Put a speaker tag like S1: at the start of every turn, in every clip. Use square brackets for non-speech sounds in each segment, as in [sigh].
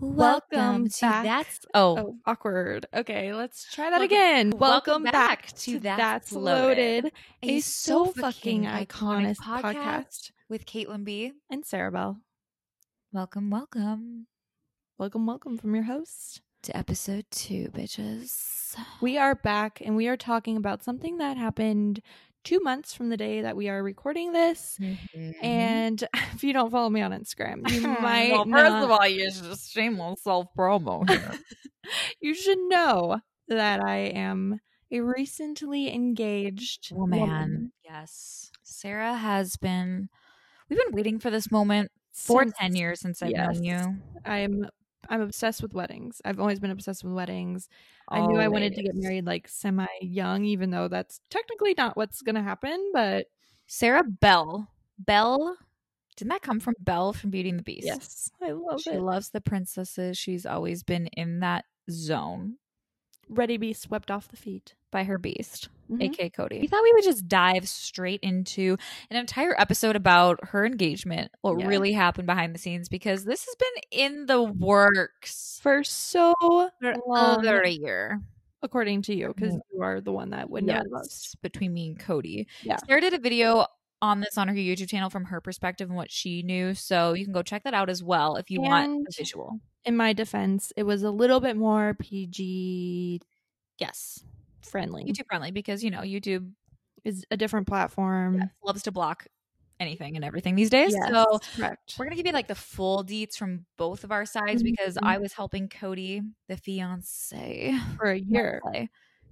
S1: Welcome,
S2: Welcome
S1: to
S2: back.
S1: that's
S2: Oh,
S1: Oh, awkward. Okay, let's try that
S2: Welcome-
S1: again.
S2: welcome back to That's Loaded, a so fucking iconic podcast.
S1: with Caitlin B.
S2: and Sarah Bell.
S1: Welcome, welcome
S2: Welcome, welcome from your host.
S1: to episode two, bitches.
S2: We are back and we are talking about something that happened two months from the day that we are recording this.
S1: Mm-hmm.
S2: [laughs] And if you don't follow me on Instagram,
S1: [laughs]
S2: you might.
S3: well,
S2: not-
S3: first of all, you should shameless self
S1: [laughs]
S3: promo here.
S2: you should know that I am a recently engaged
S1: Woman.
S2: woman.
S1: Yes. Sarah has been, we've been waiting for this moment for
S2: Since-
S1: 10 years since I've known
S2: Yes.
S1: you.
S2: I'm I'm obsessed with weddings. I've always been obsessed with weddings. I knew I wanted to get
S3: Always.
S2: married like semi young, even though that's technically not what's gonna happen. But
S1: Sarah Bell. Bell. Didn't that come from Belle from Beauty and the Beast?
S2: yes, I love
S1: She
S2: it.
S1: loves the princesses. She's always been in that zone
S2: Ready to be swept off the feet.
S1: by her beast,
S2: Mhm.
S1: aka Cody. Mm-hmm. We thought we would just dive straight into an entire episode about her engagement, what
S2: Yeah.
S1: really happened behind the scenes, because this has been in the works
S2: For so,
S1: for
S2: long.
S1: over a year.
S2: according to you, because
S1: Mhm.
S2: you are the one that would know the most.
S1: Yes, between me and Cody.
S2: Yeah.
S1: Sarah did a video on this on her YouTube channel from her perspective and what she knew. So you can go check that out as well if you want
S2: And-
S1: a visual.
S2: In my defense, it was a little bit more PG
S1: Yes.
S2: friendly.
S1: YouTube friendly because you know YouTube
S2: is a different platform.
S1: loves to block anything and everything these days.
S2: Mm-hmm. Yes,
S1: So
S2: correct.
S1: we're gonna give you like the full deets from both of our sides because
S2: Mhm.
S1: I was helping Cody, the fiance, [laughs]
S2: For a year.
S1: fiancé,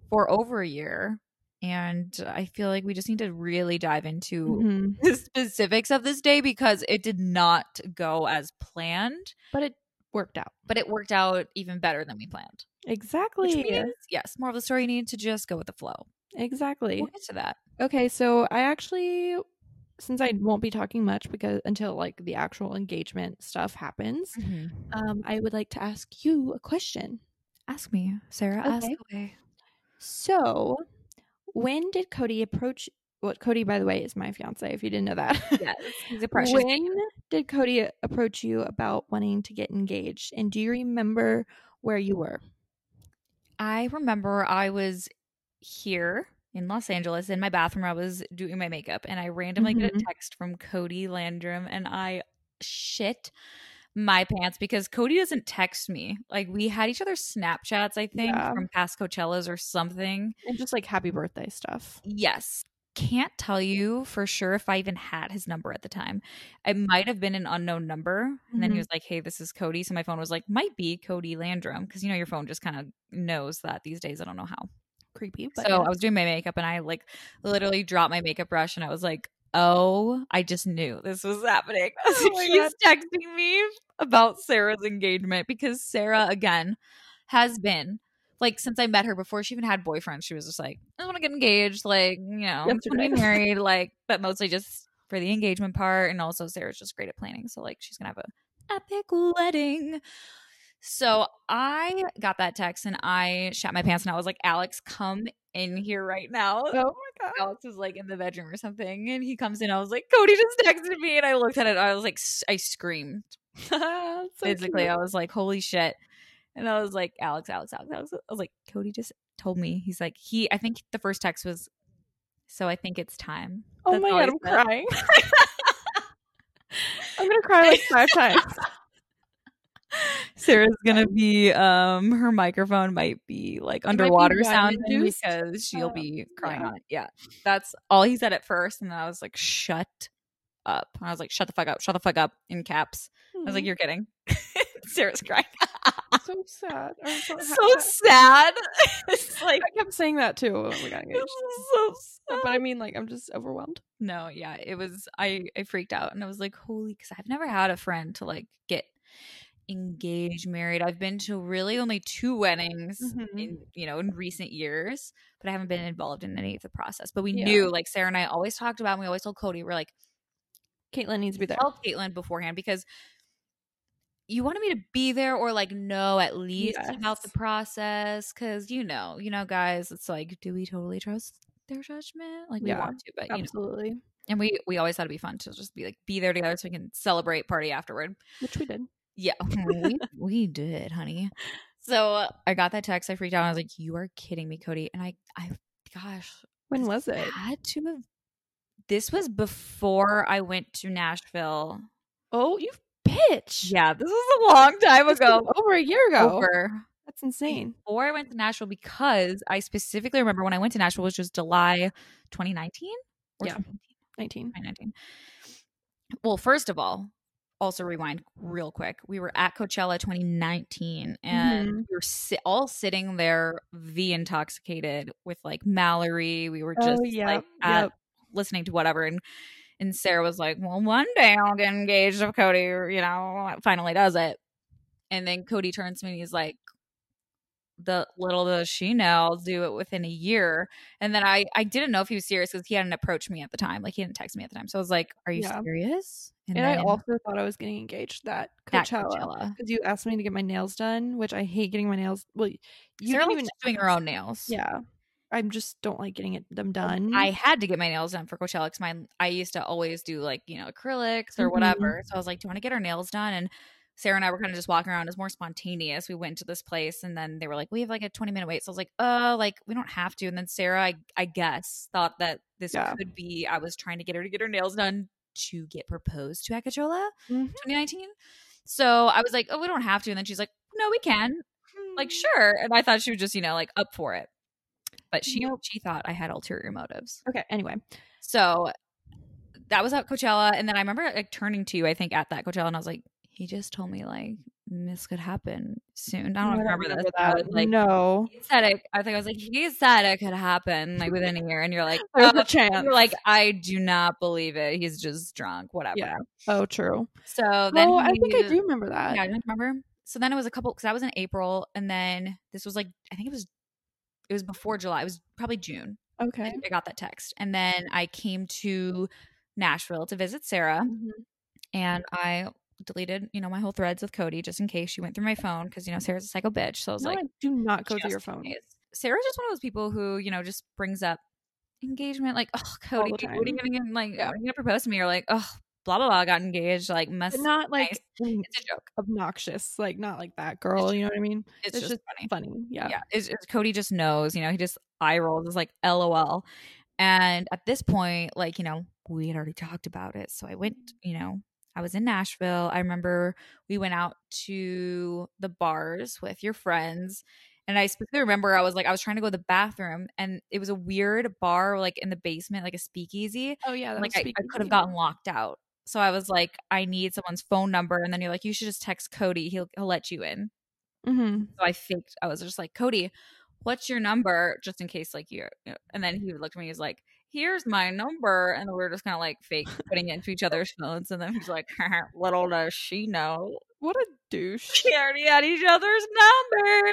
S1: for over a year, and I feel like we just need to really dive into
S2: Mhm.
S1: [laughs] the specifics of this day because it did not go as planned,
S2: But it worked out.
S1: but it worked out even better than we planned.
S2: Exactly.
S1: Which means, yes, more of the story. You need to just go with the flow.
S2: exactly.
S1: We'll get to that.
S2: Okay, so I actually since I won't be talking much because until like the actual engagement stuff happens, um, I would like to ask you a question.
S1: Ask me, Sarah. Ask
S2: Okay.
S1: away.
S2: So, when did Cody approach? What Cody, by the way, is my fiance. If you didn't know that, [laughs]
S1: Yes, [laughs] he's a precious.
S2: When did Cody approach you about wanting to get engaged? And do you remember where you were?
S1: I remember I was here in Los Angeles in my bathroom. I was doing my makeup and I randomly get a
S2: Mhm.
S1: text from Cody Landrum and I shit my pants because Cody doesn't text me. Like we had each other's Snapchats, I think,
S2: Yeah.
S1: from past Coachellas or something.
S2: And just like happy birthday stuff.
S1: Yes. Can't tell you for sure if I even had his number at the time. It might have been an unknown number. And then
S2: Mhm.
S1: he was like, hey, this is Cody. So my phone was like, might be Cody Landrum. Cause you know, your phone just kind of knows that these days. I don't know how.
S2: Creepy.
S1: So
S2: [laughs]
S1: I was doing my makeup and I like literally dropped my makeup brush and I was like, oh, I just knew this was happening. [laughs] I was
S2: Oh
S1: like,
S2: my
S1: He's texting me about Sarah's engagement because Sarah, again, has been like since I met her before she even had boyfriends, she was just like, I want to get engaged. Like, you know, I want to be
S2: Yesterday. [laughs]
S1: married. Like, but mostly just for the engagement part. And also, Sarah's just great at planning. So, like, she's going to have a epic wedding. So I got that text and I shot my pants and I was like, Alex, come in here right now.
S2: oh my god.
S1: Alex was like in the bedroom or something and he comes in. I was like, Cody just texted me. And I looked at it. I was like, s- I screamed.
S2: So
S1: Basically,
S2: cute.
S1: I was like, holy shit. And I was like, Alex, Alex, Alex, Alex. I was like, Cody just told me. He's like, he, I think the first text was, so I think it's time.
S2: Oh
S1: That's
S2: my
S1: all
S2: god,
S1: he
S2: I'm
S1: said.
S2: [laughs] crying. I'm gonna cry like [laughs] five times.
S1: Sarah's gonna be um her microphone might be like
S2: might be
S1: underwater
S2: wine
S1: sounding
S2: induced.
S1: because she'll
S2: Um,
S1: be crying
S2: yeah.
S1: on it. Yeah. That's all he said at first. And then I was like, shut up. And I was like, shut the fuck up, shut the fuck up in caps. I
S2: Mm-hmm.
S1: was like, You're kidding. [laughs] Sarah's
S2: [laughs]
S1: crying.
S2: so sad. I'm so,
S1: so
S2: happy.
S1: sad. [laughs] it's like [laughs]
S2: I kept saying that too Oh when we got
S1: this
S2: engaged. [laughs]
S1: is so sad.
S2: But I mean, like, I'm just overwhelmed.
S1: No, yeah, it was. I I freaked out and I was like, holy, because I've never had a friend to like get engaged, married. I've been to really only two weddings
S2: Mhm.
S1: in you know in recent years, but I haven't been involved in any of the process. But we
S2: Yeah.
S1: knew, like Sarah and I always talked about, and we always told Cody, we're like,
S2: Caitlin needs to be there.
S1: tell Caitlin beforehand because you wanted me to be there or like know at least about the
S2: Yes.
S1: process because you know, you know, guys, it's like, do we totally trust their judgment? Like we
S2: Yeah,
S1: want to, but you know
S2: Absolutely.
S1: and we we always thought it'd be fun to just be like be there together so we can celebrate party afterward
S2: Which we did.
S1: Yeah, we, we did, honey. [laughs] So I got that text. I freaked out. I was like, "You are kidding me, Cody!" And I, I, gosh,
S2: When was it?
S1: had to have. This was before I went to Nashville.
S2: [laughs] Oh, you bitch.
S1: Yeah, this was a long time
S2: This
S1: ago.
S2: was Over a year ago.
S1: Over.
S2: That's insane.
S1: Before I went to Nashville, because I specifically remember when I went to Nashville, which was July 2019 or
S2: Yeah.
S1: 2019.
S2: 19.
S1: 2019. Well, first of all, also rewind real quick. We were at Coachella 2019 and
S2: Mhm.
S1: we were si- all sitting there V intoxicated with like Mallory. We
S2: Oh,
S1: were just like at, listening to whatever and and Sarah was like, "Well, one day I'll get engaged if Cody, you know, finally does it." And then Cody turns to me and he's like, "The little does she know, I'll do it within a year." And then I I didn't know if he was serious because he hadn't approached me at the time, like he didn't text me at the time. So I was like, "Are you
S2: Yeah.
S1: serious?"
S2: And, I
S1: then
S2: also thought I was getting engaged that
S1: at
S2: Coachella.
S1: Coachella.
S2: Because you asked me to get my nails done, which I hate getting my nails. Well, you
S1: Sarah
S2: didn't
S1: was
S2: even.
S1: just doing her own nails.
S2: Yeah. I just don't like getting it, them done. [laughs]
S1: I had to get my nails done for Coachella because my I used to always do like you know acrylics or
S2: Mhm.
S1: whatever. So I was like, "Do you want to get our nails done?" And Sarah and I were kind of just walking around. It was more spontaneous. We went to this place, and then they were like, "We have like a twenty minute wait." So I was like, "Oh, like we don't have to." And then Sarah, I I guess, thought that this
S2: Yeah.
S1: could be. I was trying to get her to get her nails done to get proposed to at Coachella
S2: Mhm.
S1: 2019. So I was like, "Oh, we don't have to." And then she's like, "No, we can."
S2: Mm-hmm.
S1: Like, sure. And I thought she was just you know like up for it, but she
S2: Nope.
S1: she thought I had ulterior motives.
S2: Okay. Anyway.
S1: So that was at Coachella, and then I remember like turning to you, I think, at that Coachella, and I was like, "He just told me like this could happen soon." I don't remember, this, but I was like, [laughs]
S2: no.
S1: he said it. I think I was like, "He said it could happen like within a year," and you're like,
S2: [laughs] There's
S1: "Oh."
S2: a chance.
S1: You're like, I do not believe it. He's just drunk, whatever.
S2: Yeah. Oh, true.
S1: So then
S2: oh, I think I
S1: he-
S2: do remember that.
S1: yeah, I don't remember. So then it was a couple because that was in April, and then this was like I think it was it was before July. It was probably June.
S2: Okay.
S1: I got that text. And then I came to Nashville to visit Sarah
S2: Mm-hmm.
S1: and I deleted, you know, my whole threads with Cody just in case she went through my phone because, you know, Sarah's a psycho bitch. So I was
S2: No,
S1: like,
S2: I do not go through your
S1: just in
S2: phone.
S1: case. Sarah's just one of those people who, you know, just brings up engagement like, oh,
S2: All
S1: Cody,
S2: the
S1: what are you
S2: time.
S1: going to like,
S2: Yeah.
S1: are you going to propose to me? Or like, oh, blah, blah, blah, got engaged. Like, mess.
S2: But not like mm,
S1: it's a joke.
S2: obnoxious, like not like that girl. You know what I mean?
S1: It's,
S2: It's
S1: just,
S2: just
S1: funny.
S2: Funny. Yeah.
S1: yeah, it's, it's- Cody just knows, you know, he just eye rolls, is like, lol. And at this point, like, you know, we had already talked about it. So I went,
S2: Mm-hmm.
S1: you know, I was in Nashville. I remember we went out to the bars with your friends. And I specifically remember I was like, I was trying to go to the bathroom and it was a weird bar, like in the basement, like a speakeasy.
S2: Oh yeah. that
S1: Like
S2: was
S1: I, I could
S2: speakeasy.
S1: have gotten locked out. So I was like, I need someone's phone number. And then you're like, you should just text Cody. He'll, he'll let you in. [laughs]
S2: Mhm.
S1: So I faked. I was just like, Cody, what's your number? Just in case, like you're. you know," And then he looked at me. He was like, "Here's my number." And we are just kind of like fake putting it into each other's phones. And then he's like, [laughs] "Little does she know,
S2: What a
S1: [laughs]
S2: douche.
S1: she already had each other's numbers."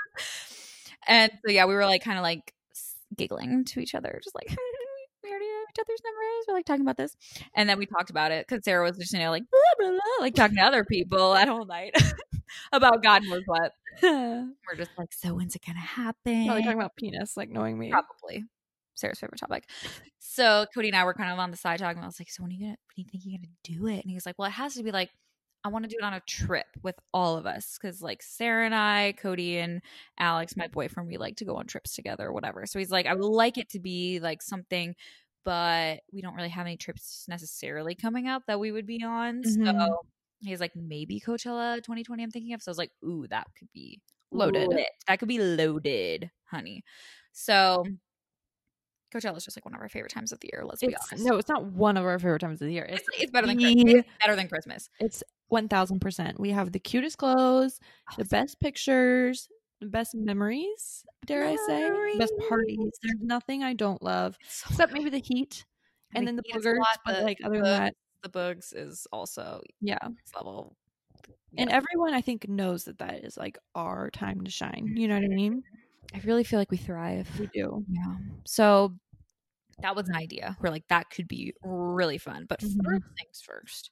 S1: And so yeah, we were like kind of like s- giggling to each other, just like. [laughs] We already have each other's numbers. We're like talking about this, and then we talked about it because Sarah was just you know like blah blah blah, like talking to other people that whole night [laughs] about God knows what
S2: Probably
S1: we're just like, so when's it gonna happen?
S2: talking about penis, like knowing me.
S1: Probably. Sarah's favorite topic. So Cody and I were kind of on the side talking. I was like, so when are you gonna when do you think you're gonna do it? And he was like, Well, it has to be like I want to do it on a trip with all of us because like Sarah and I, Cody and Alex, my boyfriend, we like to go on trips together or whatever. So he's like, I would like it to be like something, but we don't really have any trips necessarily coming up that we would be on.
S2: Mhm.
S1: So he's like, maybe Coachella 2020. I'm thinking of. So I was like, ooh, that could be
S2: Loaded.
S1: lit. That could be loaded, honey. So Coachella's Mm. just like one of our favorite times of the year. Let's be
S2: It's,
S1: honest.
S2: no, it's not one of our favorite times of the year.
S1: it's,
S2: It's
S1: it's better than
S2: the-
S1: Christmas. Better than Christmas.
S2: it's one thousand percent. We have the cutest clothes, the best pictures, the best memories. Dare I say, best parties?
S1: Memories.
S2: There's nothing I don't love
S1: It's so
S2: except
S1: much. [sighs]
S2: maybe the heat and then the
S1: heat is a
S2: boogers.
S1: lot,
S2: But
S1: the-
S2: like other
S1: the-
S2: than that,
S1: the bugs is also
S2: yeah.
S1: next level.
S2: And
S1: Yeah.
S2: everyone, I think, knows that that is like our time to shine. You know what I mean?
S1: I really feel like we thrive.
S2: We do.
S1: Yeah. So that was an idea. We're like, that could be really fun. But
S2: Mhm.
S1: first things first,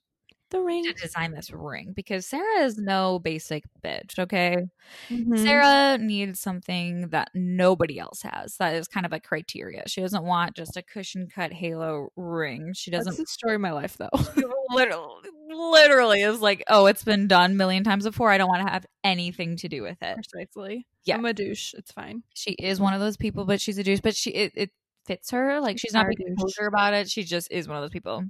S2: The ring.
S1: to design this ring because Sarah is no basic bitch, okay?
S2: Mhm.
S1: Sarah needs something that nobody else has. That is kind of a criteria. She doesn't want just a cushion cut halo ring. She
S2: That's
S1: doesn't
S2: the story of my life, though. [laughs]
S1: [laughs] literally literally is like, oh, it's been done a million times before. I don't want to have anything to do with it.
S2: Precisely.
S1: Yeah.
S2: I'm a douche. It's fine.
S1: She is one of those people, but she's a douche. But she it, it fits her. Like she's not
S2: Our
S1: being
S2: douche.
S1: composure about it. She just is one of those people,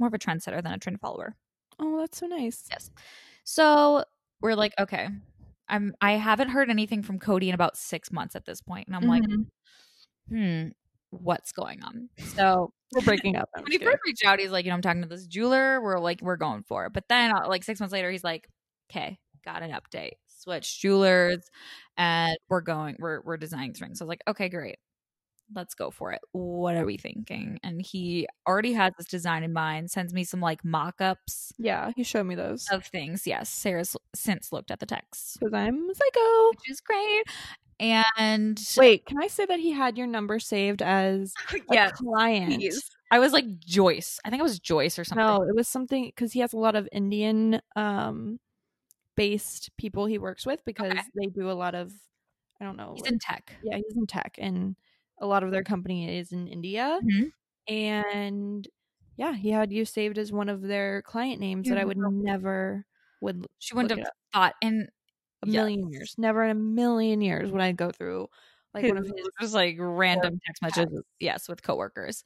S1: more of a trendsetter than a trend follower.
S2: Oh, that's so nice.
S1: Yes. So we're like, okay, I'm. I haven't heard anything from Cody in about six months at this point, and I'm like,
S2: Mhm.
S1: hmm, what's going on? So [laughs]
S2: we're breaking up. I'm
S1: when he
S2: just kidding.
S1: first reached out, he's like, you know, I'm talking to this jeweler. We're like, we're going for it. But then, uh, like six months later, he's like, okay, got an update. Switch jewelers, and we're going. We're we're designing this ring. So I was like, okay, great, let's go for it. What are we thinking? And he already has this design in mind. Sends me some like mock-ups
S2: yeah, he showed me those.
S1: of things. Yes, Sarah's since looked at the text,
S2: Because I'm psycho.
S1: which is great. [laughs] And
S2: Wait, can I say that he had your number saved as a
S1: yes,
S2: client?
S1: please. I was like Joyce. I think it was Joyce or something.
S2: No, it was something because he has a lot of Indian um based people he works with because they do a lot of I don't know.
S1: He's
S2: like-
S1: in tech.
S2: yeah, he's in tech and a lot of their company is in India.
S1: Mhm.
S2: Mm-hmm. And yeah, he had you saved as one of their client names that I would never would
S1: She wouldn't
S2: Look
S1: have
S2: it
S1: thought. And
S2: a million
S1: Yes.
S2: years. Never in a million years would I go through like one of his
S1: just like random text messages.
S2: texts.
S1: Yes, with coworkers.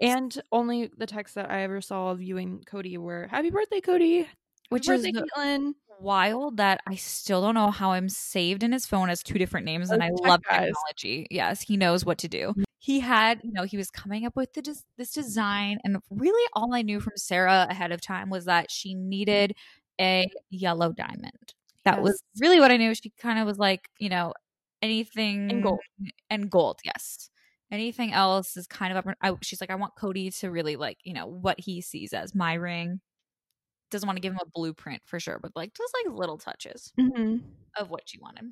S2: and only the texts that I ever saw of you and Cody were "Happy birthday, Cody," "Happy
S1: Which is
S2: birthday, Caitlin.
S1: wild that I still don't know how I'm saved in his phone as two different names, and I
S2: Those tech
S1: love
S2: guys.
S1: technology. Yes, he knows what to do. He had, you know, he was coming up with the des- this design, and really all I knew from Sarah ahead of time was that she needed a yellow diamond. That was
S2: Yes.
S1: really what I knew. She kind of was like, you know, anything
S2: gold.
S1: and gold. Yes. Anything else is kind of up. I, she's like, I want Cody to really like, you know, what he sees as my ring. Doesn't want to give him a blueprint for sure, but like just like little touches
S2: Mm-hmm.
S1: of what you wanted.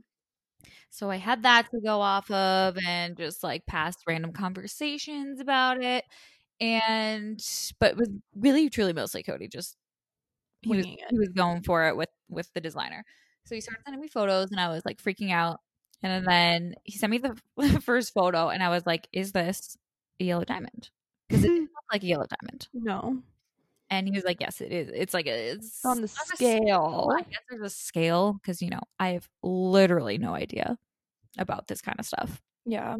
S1: So I had that to go off of and just like past random conversations about it. And but it was really truly mostly Cody just he was,
S2: Winging it.
S1: he was going for it with with the designer. So he started sending me photos and I was like freaking out. And then he sent me the [laughs] first photo and I was like, is this a yellow diamond? Because it
S2: [laughs]
S1: didn't look like a yellow diamond.
S2: No,
S1: And he was like, yes, it is. It's like a, it's
S2: It's on the
S1: not a
S2: scale.
S1: I guess there's a scale because you know I have literally no idea about this kind of stuff,
S2: Yeah,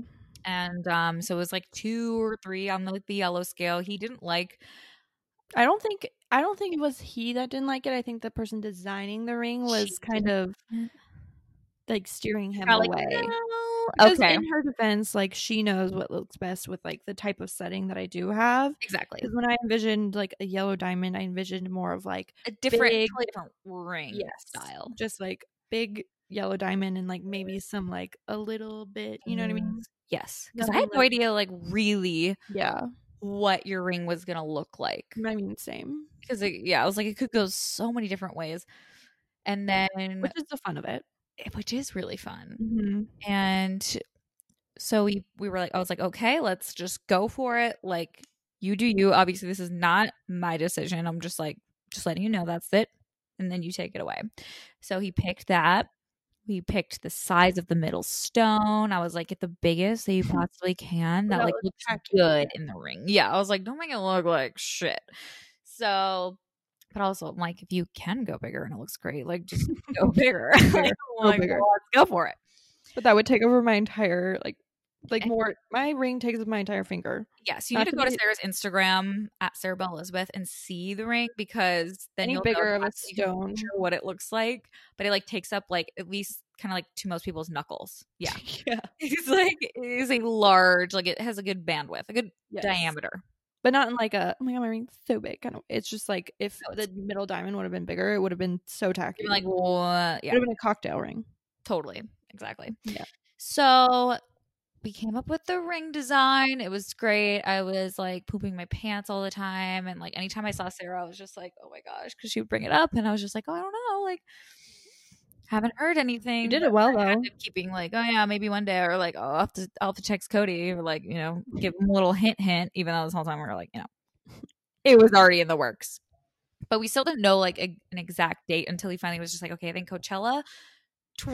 S1: and um, so it was like two or three on the, the yellow scale. He didn't like.
S2: I don't think I don't think it was he that didn't like it. I think the person designing the ring was
S1: She
S2: kind of
S1: Mm.
S2: like steering him
S1: I was
S2: away.
S1: Like, no.
S2: Because
S1: Okay,
S2: In her defense, like she knows what looks best with like the type of setting that I do have.
S1: exactly.
S2: Because when I envisioned like a yellow diamond, I envisioned more of like
S1: A different,
S2: big-
S1: totally different ring style.
S2: just like big yellow diamond and like maybe some like a little bit. You know what I mean?
S1: Yes, because I
S2: Nothing
S1: had no
S2: like-
S1: idea like really
S2: Mm-hmm. Yeah,
S1: what your ring was gonna look like.
S2: I mean same,
S1: Because yeah, I was like it could go so many different ways, and then
S2: which is the fun of it.
S1: which is really fun.
S2: Mm-hmm.
S1: and so we we were like i was like okay let's just go for it like you do you obviously this is not my decision i'm just like just letting you know that's it and then you take it away so he picked that we picked the size of the middle stone i was like get the biggest [laughs] that you possibly can that
S2: Without
S1: like
S2: looking
S1: looks
S2: tacky.
S1: good in the ring yeah i was like don't make it look like shit so but also I'm like if you can go bigger and it looks great like just [laughs] go bigger like, [laughs] like,
S2: bigger.
S1: well, let's go for it
S2: But that would take over my entire like like
S1: And-
S2: more my ring takes up my entire finger.
S1: Yes, you
S2: Not
S1: need to
S2: to
S1: go to
S2: be-
S1: Sarah's Instagram at Sarah Bell Elizabeth and see the ring because then
S2: Any
S1: you'll
S2: bigger
S1: know
S2: of a
S1: exactly- you can
S2: stone.
S1: picture what it looks like. But it like takes up like at least kind of like to most people's knuckles. Yeah,
S2: [laughs] Yeah.
S1: [laughs] it's like it is a large, like it has a good bandwidth, a good
S2: Yes.
S1: diameter.
S2: But not in like a oh my god, my ring's so big kind of it's just like if
S1: No,
S2: the [laughs]
S1: it's-
S2: middle diamond would have been bigger, it would have been so tacky.
S1: You're like, what?
S2: it
S1: Yeah,
S2: would have been a cocktail ring.
S1: totally, exactly.
S2: Yeah.
S1: So we came up with the ring design. It was great. I was like pooping my pants all the time, and like anytime I saw Sarah, I was just like, oh my gosh, because she would bring it up, and I was just like, oh, I don't know, like haven't heard anything.
S2: You did
S1: but
S2: it well
S1: I
S2: though.
S1: ended up keeping like, oh yeah, maybe one day, or like, oh, I'll have to, I'll have to text Cody, or like, you know, give him a little hint, hint. Even though this whole time we were like, you know, it was already in the works, but we still didn't know like a, an exact date until he finally was just like, okay, I think Coachella.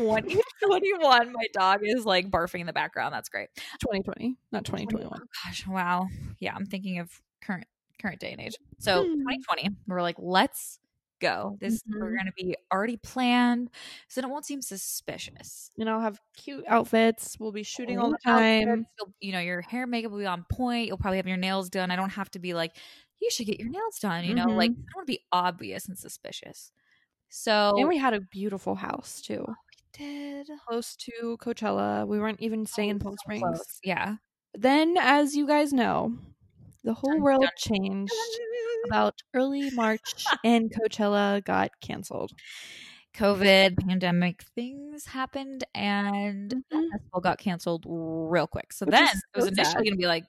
S1: [laughs] 2021 my dog is like barfing in the background that's great
S2: Twenty twenty, not twenty twenty
S1: Oh
S2: one.
S1: gosh, wow. Yeah, I'm thinking of current current day and age. So
S2: Hmm.
S1: 2020, we're like, let's go. This we're
S2: Mhm.
S1: gonna be already planned, so then it won't seem suspicious.
S2: And I'll have cute outfits. We'll be shooting all the
S1: Cute outfits,
S2: time.
S1: Um, you'll- you know, your hair and makeup will be on point. You'll probably have your nails done. I don't have to be like, you should get your nails done. You know, like I don't want to be obvious and suspicious. So
S2: Mm-hmm. And we had a beautiful house too,
S1: Oh. did Oh,
S2: close to Coachella. We weren't even staying in Palm Springs. [laughs]
S1: Yeah.
S2: Then, as you guys know, the whole
S1: Dun,
S2: world
S1: dun,
S2: changed about early
S1: [laughs]
S2: March, and Coachella got canceled.
S1: COVID pandemic things happened and that festival got canceled real quick. So
S2: Mm-hmm. Which
S1: then
S2: is
S1: it was
S2: so
S1: initially
S2: sad.
S1: going to be like,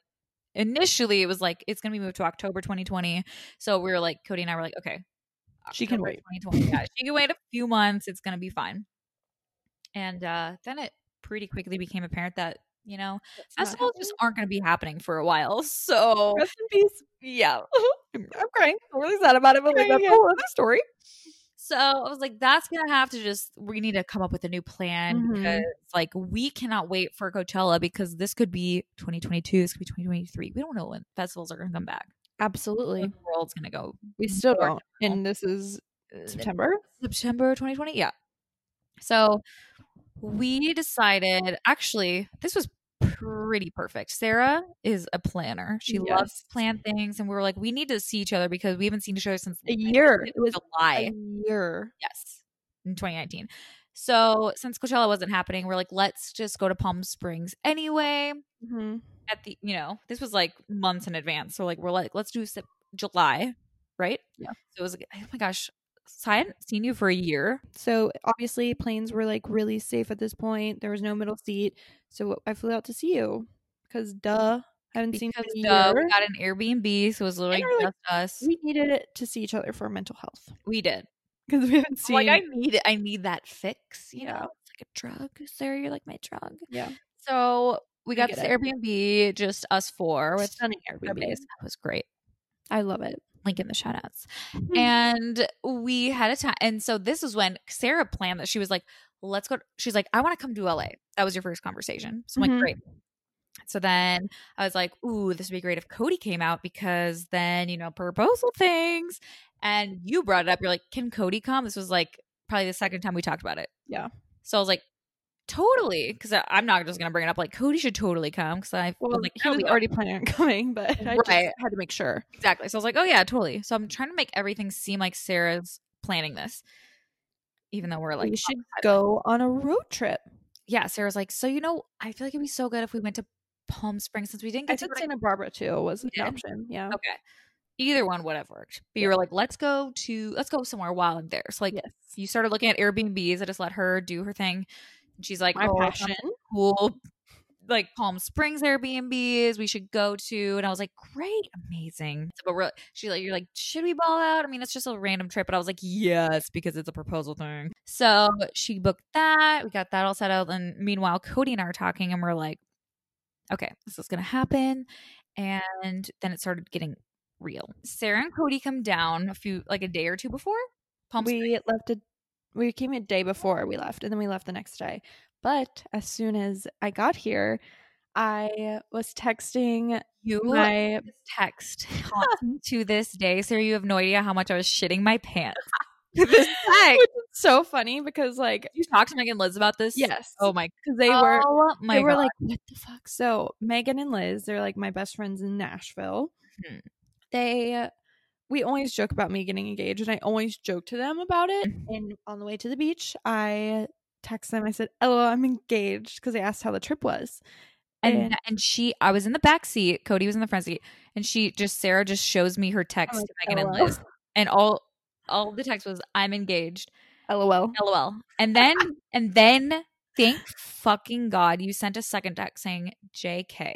S1: initially it was like, it's going to be moved to October 2020. So we were like, Cody and I were like, okay.
S2: She can
S1: October
S2: wait.
S1: 2020. Yeah, she can wait a few months. It's going to be fine. And uh, then it pretty quickly became apparent that, you know,
S2: not
S1: festivals just
S2: happening.
S1: aren't going to be happening for a while. [laughs] So
S2: Rest in peace.
S1: Oh. yeah.
S2: [laughs]
S1: [laughs]
S2: I'm crying. I'm really sad about it, but like
S1: Yeah,
S2: that's
S1: yeah.
S2: a whole other story.
S1: So I was like, that's gonna have to just we need to come up with a new plan
S2: Mhm.
S1: because like we cannot wait for Coachella because this could be 2022, this could be 2023. We don't know when festivals are gonna come back. When
S2: Absolutely.
S1: the world's gonna go uh,
S2: We still
S1: Sure.
S2: don't. And this is September.
S1: September 2020. Yeah. So we decided actually this was pretty perfect. Sarah is a planner. She loves
S2: Yes.
S1: to plan things, and we were like, we need to see each other because we haven't seen each other since
S2: A year. It was
S1: July.
S2: a year.
S1: Yes, in 2019. So since Coachella wasn't happening, we're like, let's just go to Palm Springs anyway.
S2: Mm-hmm.
S1: At the you know, this was like months in advance. So like, we're like, let's do Sep- July, right?
S2: Yeah.
S1: So it was like, oh my gosh, so I hadn't seen you for a year.
S2: So obviously planes were like really safe at this point. There was no middle seat. So I flew out to see you because duh, I haven't seen
S1: Because
S2: you in a
S1: uh,
S2: year.
S1: we got an Airbnb, so it was literally
S2: we're like,
S1: just us.
S2: We needed it to see each other for mental health
S1: We did.
S2: because we haven't
S1: I'm
S2: seen.
S1: like I need it. I need that fix. You
S2: Yeah.
S1: know, it's like a drug, Sarah. You're like my drug.
S2: yeah,
S1: So we got
S2: get
S1: this
S2: it.
S1: Airbnb, just us four with
S2: stunning
S1: our
S2: Airbnb.
S1: base. That was great.
S2: I
S1: [laughs]
S2: love it.
S1: link in the shout outs.
S2: Mm-hmm.
S1: And we had a time. And so this is when Sarah planned that she was like, let's go. She's like, I want to come to LA. That was your first conversation. So I'm
S2: Mhm.
S1: like, great. So then I was like, ooh, this would be great if Cody came out because then, you know, proposal things. And you brought it up. You're like, can Cody come? This was like probably the second time we talked about it.
S2: Yeah.
S1: So I was like, totally. Cause I- I'm not just going to bring it up. Like, Cody should totally come. Cause I
S2: Well,
S1: was like,
S2: like, he
S1: "Yeah,
S2: was
S1: we go."
S2: already planning on [laughs] coming, but I just
S1: Right.
S2: had to make sure.
S1: Exactly. So I was like, oh yeah, totally. So I'm trying to make everything seem like Sarah's planning this, even though we're like, "Oh,
S2: we should go on a road trip.
S1: yeah. Sarah's like, so you know, I feel like it'd be so good if we went to Palm Springs since we didn't
S2: I
S1: get to go
S2: think
S1: to
S2: Santa Barbara too was an
S1: did.
S2: option. Yeah.
S1: [laughs] okay, either one would have worked. But you were like, let's go to let's go somewhere while I'm there. So like,
S2: yes.
S1: you started looking at Airbnbs. I just let her do her thing. And she's like,
S2: My
S1: oh, I found
S2: passion.
S1: cool like Palm Springs Airbnbs we should go to. And I was like, great, amazing. But we're she like, you're like, should we ball out? I mean, it's just a random trip. But I was like, yes, because it's a proposal thing. So she booked that. We got that all set out. And meanwhile, Cody and I are talking and we're like, okay, this is gonna happen. And then it started getting real. Sarah and Cody come down a few like a day or two before Palm Springs.
S2: we left a we came a day before we left and then we left the next day but as soon as i got here i was texting
S1: You [laughs]
S2: my
S1: this text haunts me to this day. Sarah, you have no idea how much I was shitting my
S2: [laughs]
S1: pants. this text.
S2: [laughs] Which is so funny because like
S1: You talked to Megan Liz about this?
S2: yes
S1: Oh my.
S2: because they were
S1: oh my
S2: they were
S1: God.
S2: like what the fuck so megan and liz they're like my best friends in nashville
S1: Mhm.
S2: they we always joke about me getting engaged and i always joke to them about it
S1: Mhm.
S2: and on the way to the beach i text them i said lol i'm engaged because they asked how the trip was
S1: and and she. I was in the back seat. Cody was in the front seat, and she just Sarah just shows me her text
S2: like,
S1: to Megan and
S2: LOL.
S1: Liz, and all all the text was "I'm engaged."
S2: lol
S1: LOL. And then and then thank fucking God you sent a second text saying JK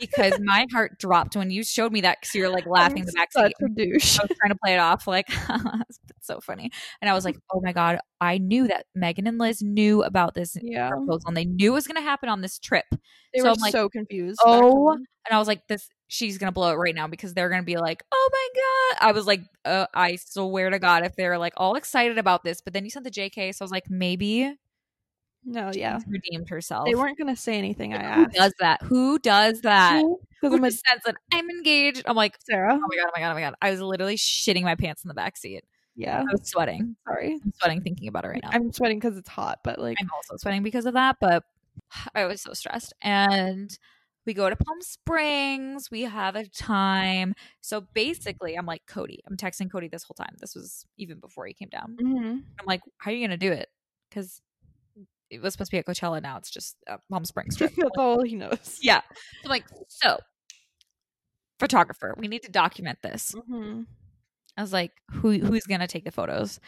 S1: because my heart dropped when you showed me that because you were
S2: [laughs]
S1: like laughing in the back
S2: such
S1: seat.
S2: a
S1: [laughs]
S2: douche. [laughs]
S1: I was trying to play it off like [laughs] it's so funny. And I was like, oh my God, I knew that Megan and Liz knew about this
S2: Yeah,
S1: proposal and they knew it was gonna happen on this trip. And
S2: they
S1: So
S2: were
S1: I'm like,
S2: so confused.
S1: "Oh,
S2: actually.
S1: I was like, this she's gonna blow it right now because they're gonna be like, oh my God. I was like, uh, I swear to God, if they're like all excited about this, but then you sent the JK, so I was like, maybe
S2: no, Oh,
S1: yeah.
S2: yeah,
S1: redeemed herself.
S2: they weren't gonna say anything. I
S1: Who
S2: asked.
S1: does that? Who does that?
S2: Who Because I'm
S1: Who
S2: like,
S1: says that I'm engaged? I'm like,
S2: Sarah.
S1: oh my god, oh my god, oh my god. I was literally shitting my pants in the back seat.
S2: Yeah.
S1: I was sweating.
S2: Sorry.
S1: I'm sweating thinking about it right now.
S2: I'm sweating because it's hot, but like,
S1: I'm also sweating because of that, but [sighs] I was so stressed. And we go to Palm Springs. We have a time. So basically, I'm like, Cody, I'm texting Cody this whole time. This was even before he came down.
S2: mhm.
S1: I'm like, how are you going to do it? Because it was supposed to be at Coachella. Now it's just a Palm Springs trip.
S2: [laughs] that's all he knows.
S1: yeah. So I'm like, so photographer, we need to document this.
S2: Mhm.
S1: I was like, who who's gonna take the photos?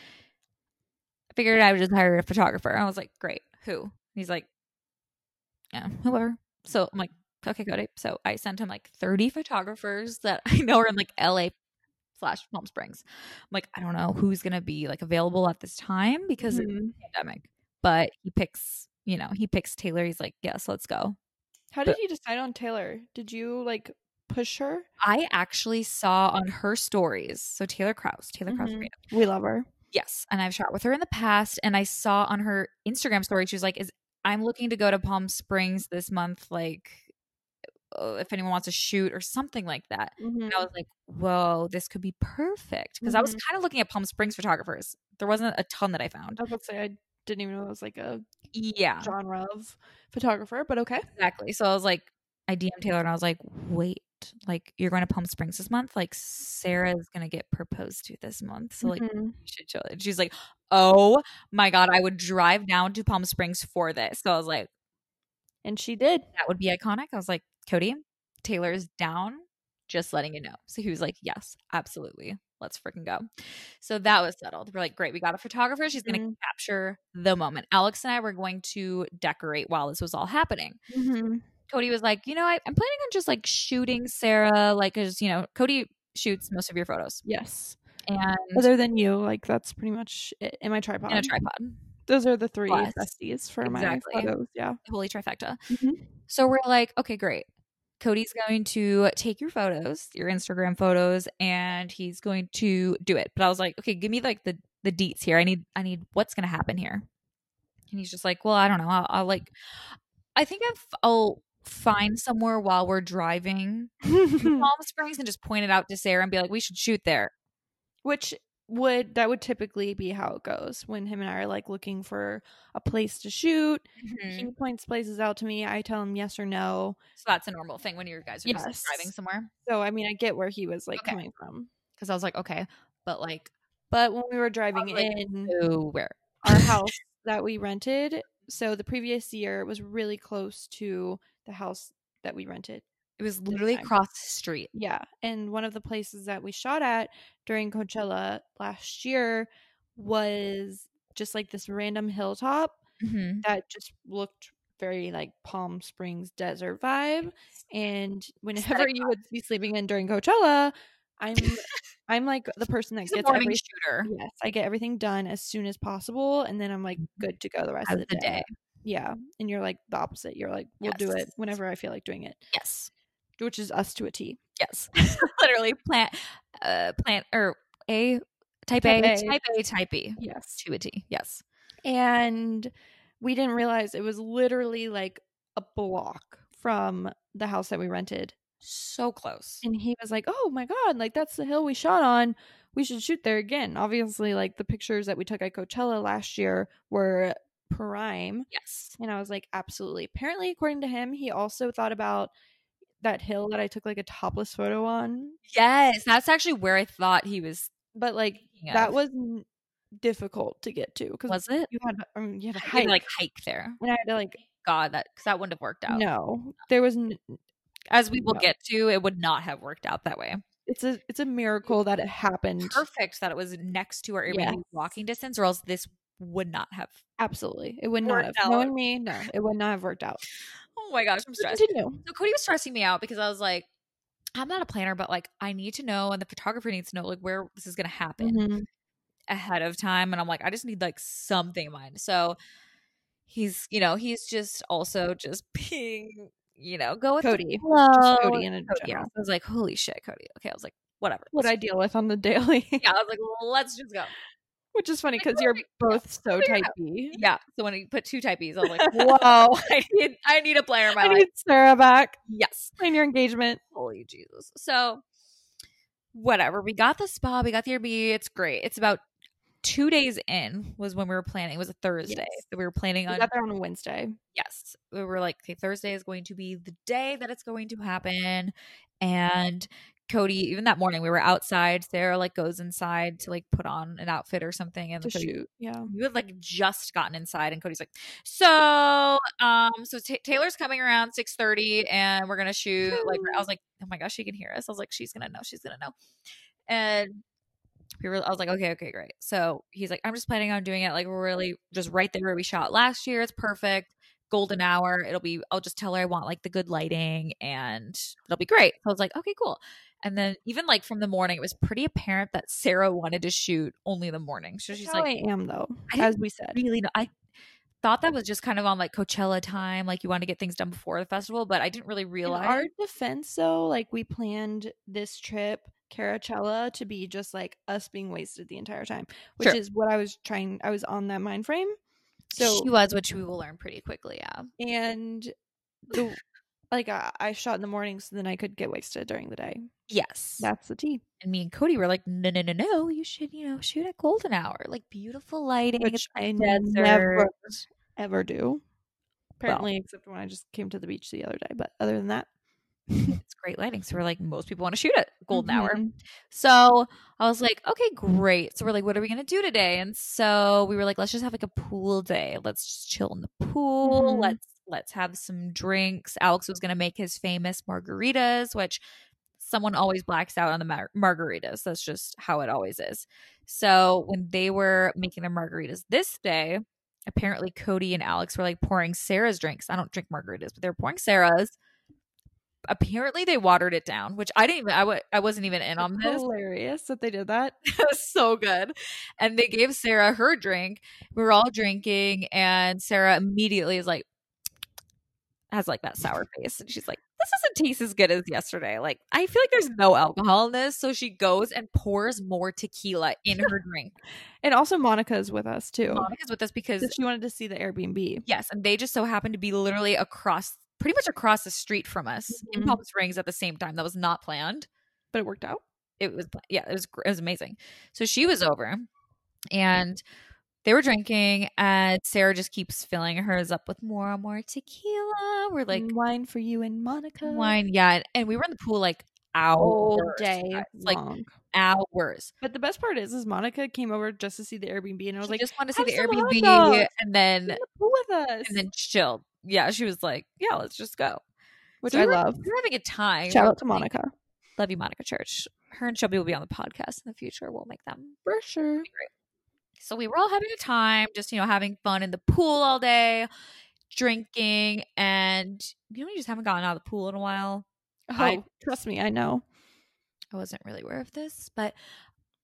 S1: I figured I would just hire a photographer. I was like, great, who? And he's like, yeah, whoever. So I'm like, okay, got it. So I sent him like 30 photographers that [laughs] I know are in like LA slash Palm Springs. I'm like, I don't know who's gonna be like available at this time because it's
S2: Mhm.
S1: a pandemic. But he picks, you know, he picks Taylor. He's like, yes, let's go.
S2: How did you decide on Taylor? Did you like push her?
S1: I actually saw on her stories. So Taylor Kraus, Taylor Kraus
S2: Mhm.
S1: creative.
S2: We love her.
S1: Yes, and I've shot with her in the past, and I saw on her Instagram story she was like, "Is I'm looking to go to Palm Springs this month, like uh, if anyone wants to shoot or something like that."
S2: Mm-hmm.
S1: And I was like, "Whoa, this could be perfect," because I was
S2: Mhm.
S1: kind of looking at Palm Springs photographers. There wasn't a ton that I found.
S2: I was about to say I didn't even know it was like a
S1: Yeah,
S2: genre of photographer, but okay.
S1: exactly. So I was like, I DM Taylor, and I was like, "Wait." Like you're going to Palm Springs this month. Like Sarah is gonna get proposed to this month, so like
S2: Mhm.
S1: you should chill. And she's like, oh my God, I would drive down to Palm Springs for this. So I was like,
S2: and she did.
S1: that would be iconic. I was like, Cody, Taylor's down, just letting you know. So he was like, yes, absolutely. Let's freaking go. So that was settled. We're like, great, we got a photographer. She's going to
S2: Mhm.
S1: capture the moment. Alex and I were going to decorate while this was all happening.
S2: Mm-hmm.
S1: Cody was like, you know, I, I'm planning on just like shooting Sarah, like, because, you know, Cody shoots most of your photos.
S2: Yes.
S1: And
S2: Other than you, like that's pretty much it. And my tripod.
S1: and a tripod.
S2: Those are the three
S1: Plus.
S2: besties for
S1: Exactly.
S2: my photos. [laughs] Yeah.
S1: Holy trifecta. So we're like, okay, great. Cody's going to take your photos, your Instagram photos, and he's going to do it. But I was like, okay, give me like the the deets here. I need I need what's going to happen here. And he's just like, well, I don't know. I'll, I'll like, I think I've, I'll find somewhere while we're driving
S2: Mm-hmm.
S1: in Palm Springs and just point it out to Sarah and be like, we should shoot there.
S2: Which would that would typically be how it goes when him and I are like looking for a place to shoot.
S1: Mm-hmm.
S2: He points places out to me. I tell him yes or no.
S1: So that's a normal thing when you guys are just like,
S2: Yes.
S1: driving somewhere.
S2: So I mean, I get where he was like
S1: Okay.
S2: coming from.
S1: Because I was like, okay, but like,
S2: But when we were driving
S1: like,
S2: in,
S1: oh, where?
S2: our house that we rented. So the previous year was really close to the house that we rented.
S1: It was literally
S2: time.
S1: across the street.
S2: Yeah. And one of the places that we shot at during Coachella last year was just like this random hilltop
S1: Mm-hmm.
S2: that just looked very like Palm Springs desert vibe. And whenever
S1: Aesthetic
S2: you would be sleeping in during Coachella, I'm
S1: [laughs]
S2: I'm like the person that
S1: He's a
S2: gets
S1: morning
S2: every
S1: shooter.
S2: Yes, I get everything done as soon as possible, and then I'm like good to go the rest
S1: Mm-hmm. Out
S2: of
S1: of
S2: the,
S1: the
S2: day.
S1: day.
S2: Yeah, and you're like the opposite. You're like, we'll do it
S1: Yes.
S2: whenever I feel like doing it,
S1: Yes.
S2: which is us to a T.
S1: [laughs] Yes. Literally plant uh plant or A type,
S2: Type
S1: a,
S2: A.
S1: type A, type B.
S2: Yes,
S1: To a T. Yes.
S2: and we didn't realize it was literally like a block from the house that we rented.
S1: So close.
S2: And he was like, "Oh my god, like that's the hill we shot on. We should shoot there again." Obviously, like the pictures that we took at Coachella last year were prime.
S1: Yes.
S2: And I was like, absolutely. Apparently, according to him, he also thought about that hill that I took like a topless photo on.
S1: Yes. That's actually where I thought he was
S2: But like
S1: thinking
S2: that
S1: of.
S2: was n- difficult to get to because
S1: was it?
S2: you had to- I mean, you had to
S1: You
S2: hike.
S1: had to, like hike there.
S2: and I had to like
S1: God, that because that wouldn't have worked out.
S2: no, there was. N-
S1: As we will
S2: No.
S1: get to, it would not have worked out that way.
S2: it's a it's a miracle that it happened.
S1: Perfect that it was next to our Airbnb
S2: Yes.
S1: walking distance, or else this would not have.
S2: Absolutely, it would not have.
S1: Worked out.
S2: Knowing me, no, it would not have worked out.
S1: Oh my gosh, I'm
S2: So
S1: stressed.
S2: Continue.
S1: So Cody was stressing me out because I was like, I'm not a planner, but like I need to know, and the photographer needs to know like where this is going to happen
S2: Mhm.
S1: ahead of time. And I'm like, I just need like something in mind. So he's, you know, he's just also just [laughs] being, you know, go with the
S2: Cody,
S1: flow.
S2: just Cody in a
S1: Cody, yeah.
S2: general.
S1: I was like, [laughs] holy shit, Cody. Okay, I was like, whatever.
S2: What I deal with on the [laughs] daily. [laughs]
S1: yeah, I was like, let's just go.
S2: which is funny
S1: Like,
S2: because you're
S1: perfect.
S2: both so
S1: figure it
S2: type B.
S1: Yeah. So when I put two type Bs, I was like,
S2: [laughs]
S1: whoa, I need I need a player in my
S2: I
S1: life.
S2: need Sarah back
S1: Yes.
S2: in your engagement.
S1: Holy Jesus. So whatever. We got the spa, we got the Airbnb. It's great. It's about two days in was when we were planning. It was a Thursday
S2: Yes.
S1: that we were planning
S2: We
S1: on
S2: got there on a Wednesday.
S1: yes we were like okay thursday is going to be the day that it's going to happen and cody even that morning we were outside sarah like goes inside to like put on an outfit or something and
S2: to
S1: Cody-
S2: shoot. Yeah.
S1: you had like just gotten inside and cody's like so um so Ta taylor's coming around 6 30 and we're gonna shoot like i was like oh my gosh she can hear us i was like she's gonna know she's gonna know and we were i was like okay okay great so he's like i'm just planning on doing it like really just right there where we shot last year it's perfect golden hour it'll be i'll just tell her i want like the good lighting and it'll be great so i was like okay cool and then even like from the morning it was pretty apparent that sarah wanted to shoot only in the morning so
S2: That's
S1: she's
S2: how
S1: like
S2: I am though,
S1: I
S2: as we said.
S1: really know. I thought that was just kind of on like Coachella time, like you want to get things done before the festival, but I didn't really
S2: In
S1: realize.
S2: our defense though, like we planned this trip, Caracella, to be just like us being wasted the entire time. Which
S1: Sure.
S2: is what I was trying I was on that mind frame. So
S1: she was, which we will learn pretty quickly. Yeah,
S2: and the like I, I shot in the morning so then I could get wasted during the day.
S1: yes.
S2: That's the tea.
S1: and me and Cody were like, no, no, no, no. You should, you know, shoot at golden hour, like beautiful lighting.
S2: Which
S1: it's
S2: I
S1: desert.
S2: never ever do. Apparently, except when I just came to the beach the other day. But other than that,
S1: It's [laughs] great lighting. So we're like, most people want to shoot at golden hour. So I was like, okay, great. So we're like, what are we gonna do today? And so we were like, let's just have like a pool day. Let's just chill in the pool.
S2: Mhm.
S1: Let's let's have some drinks. Alex was gonna make his famous margaritas, which someone always blacks out on the mar- margaritas. That's just how it always is. So when they were making their margaritas this day, apparently Cody and Alex were like pouring Sarah's drinks. I don't drink margaritas, but they were pouring Sarah's. Apparently they watered it down, which I didn't even I w- I wasn't even in on
S2: It's
S1: this.
S2: hilarious that they did that.
S1: It was so good. And they gave Sarah her drink. We were all drinking, and Sarah immediately is like, has like that sour face. And she's like, this doesn't taste as good as yesterday. Like, I feel like there's no alcohol in this. So she goes and pours more tequila in her drink.
S2: And also, Monica's with us too.
S1: Monica's with us because,
S2: 'cause she wanted to see the Airbnb.
S1: yes, and they just so happened to be literally across, pretty much across the street from us in
S2: Mhm.
S1: Palm Springs at the same time. That was not planned.
S2: But it worked out.
S1: it was pla- yeah it was gr- it was amazing so she was over and they were drinking and sarah just keeps filling hers up with more and more tequila we're like
S2: Like wine for you and Monica.
S1: wine yeah and- and we were in the pool like hours
S2: all day
S1: guys, like
S2: long.
S1: hours
S2: But the best part is, is Monica came over just to see the Airbnb, and I
S1: i
S2: was like,
S1: just want to see
S2: "Have
S1: the
S2: some hot
S1: airbnb
S2: dogs.
S1: and then
S2: "Come in the pool with us,"
S1: and then chilled yeah she was like yeah let's just go
S2: which
S1: So
S2: I
S1: we were-
S2: love.
S1: we we're having a time
S2: Shout out to
S1: Like,
S2: Monica
S1: love you monica church her and shelby will be on the podcast in the future we'll make them
S2: for sure.
S1: So we were all having a time, just, you know, having fun in the pool all day, drinking, and, you know, we just haven't gotten out of the pool in a while.
S2: Oh,
S1: I-
S2: trust me, I know.
S1: I wasn't really aware of this, but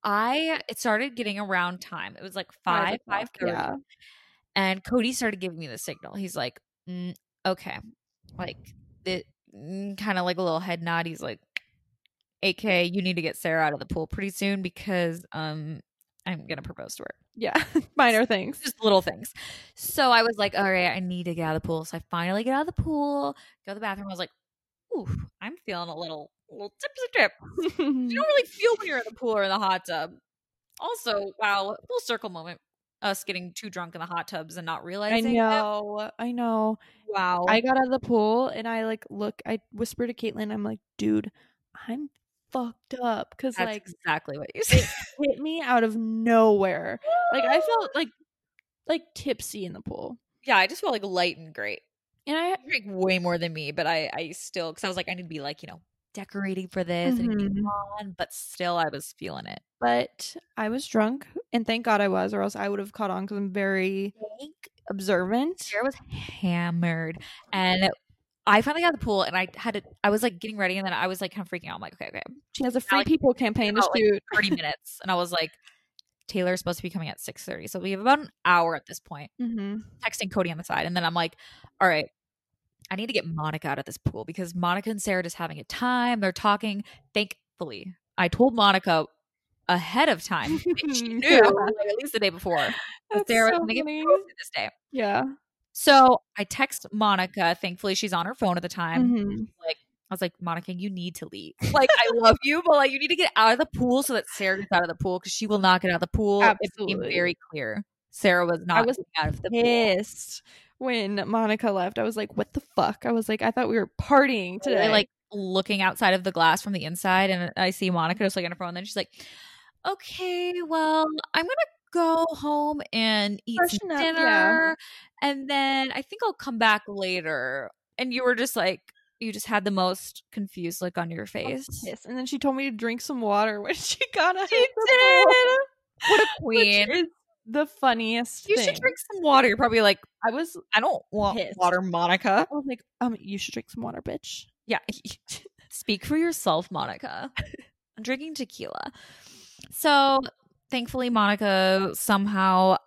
S1: I, it started getting around time. It was like
S2: Five
S1: 5, 5
S2: o'clock, yeah.
S1: And Cody started giving me the signal. He's like, mm, okay. Like, it, kind of like a little head nod. He's like, AK, you need to get Sarah out of the pool pretty soon because, um, I'm gonna propose to her.
S2: Yeah, [laughs] minor things.
S1: just little things. So I was like, all right, I need to get out of the pool. So I finally get out of the pool, go to the bathroom. I was like, ooh, I'm feeling a little, a little tipsy tip. [laughs]
S2: [laughs]
S1: You don't really feel when you're in the pool or in the hot tub. Also, wow, full circle moment. Us getting too drunk in the hot tubs and not
S2: I
S1: realizing. it.
S2: know. I know.
S1: Wow.
S2: I got out of the pool and I like look. I whisper to Caitlin. I'm like, dude, I'm fucked up because
S1: That's
S2: like
S1: exactly what you [laughs] said.
S2: hit me out of nowhere. Like I felt
S1: [gasps]
S2: like like tipsy in the pool,
S1: yeah, I just felt like light and great.
S2: and I
S1: You drink way more than me, but I, I still, because I was like, I need to be like, you know, decorating for this and it'd be
S2: Mhm.
S1: fun, but still, I was feeling it.
S2: but I was drunk, and thank God I was, or else I would have caught on because I'm very observant.
S1: Sarah was hammered, and I finally got out of the pool, and I had to. I was like getting ready, and then I was like kind of freaking out. I'm like, okay, okay,
S2: She has a
S1: Now,
S2: free
S1: like,
S2: people campaign to
S1: about, like,
S2: shoot. [laughs]
S1: 30 minutes, and I was like, Taylor's supposed to be coming at 6:30, so we have about an hour at this point.
S2: Mhm.
S1: Texting Cody on the side, and then I'm like, all right. I need to get Monica out of this pool because Monica and Sarah are just having a time. They're talking. Thankfully, I told Monica ahead of time.
S2: [laughs]
S1: She knew
S2: Yeah.
S1: like, at least the day before that
S2: That's
S1: Sarah
S2: so
S1: was going to
S2: funny.
S1: get proposed to this day.
S2: Yeah.
S1: So I text Monica. Thankfully, she's on her phone at the time.
S2: Mhm.
S1: I was like, Monica, you need to leave. Like, I love you, but like, you need to get out of the pool so that Sarah gets out of the pool because she will not get out of the pool. It
S2: Absolutely.
S1: became very clear. Sarah was not
S2: was
S1: getting out of the pool.
S2: Pissed when Monica left. I was like, what the fuck? I was like, I thought we were partying today.
S1: Literally, like looking outside of the glass from the inside, and I see Monica just like on her phone. And then she's like, "Okay, well, I'm gonna go home and eat some
S2: Freshen up, yeah.
S1: dinner, and then I think I'll come back later." And you were just like, you just had the most confused look on your
S2: I was
S1: face. [laughs]
S2: pissed. And then she told me to drink some water when [laughs] she got out.
S1: She
S2: of the
S1: did.
S2: pool,
S1: What a
S2: [laughs] which
S1: queen!
S2: is the funniest
S1: You
S2: thing.
S1: should drink some water. You're probably like,
S2: I was
S1: I don't want
S2: Pissed.
S1: water, Monica.
S2: I was like, um, you should drink some water,
S1: [laughs]
S2: bitch. [laughs]
S1: Yeah. Speak for yourself, Monica. I'm drinking tequila. So thankfully, Monica somehow,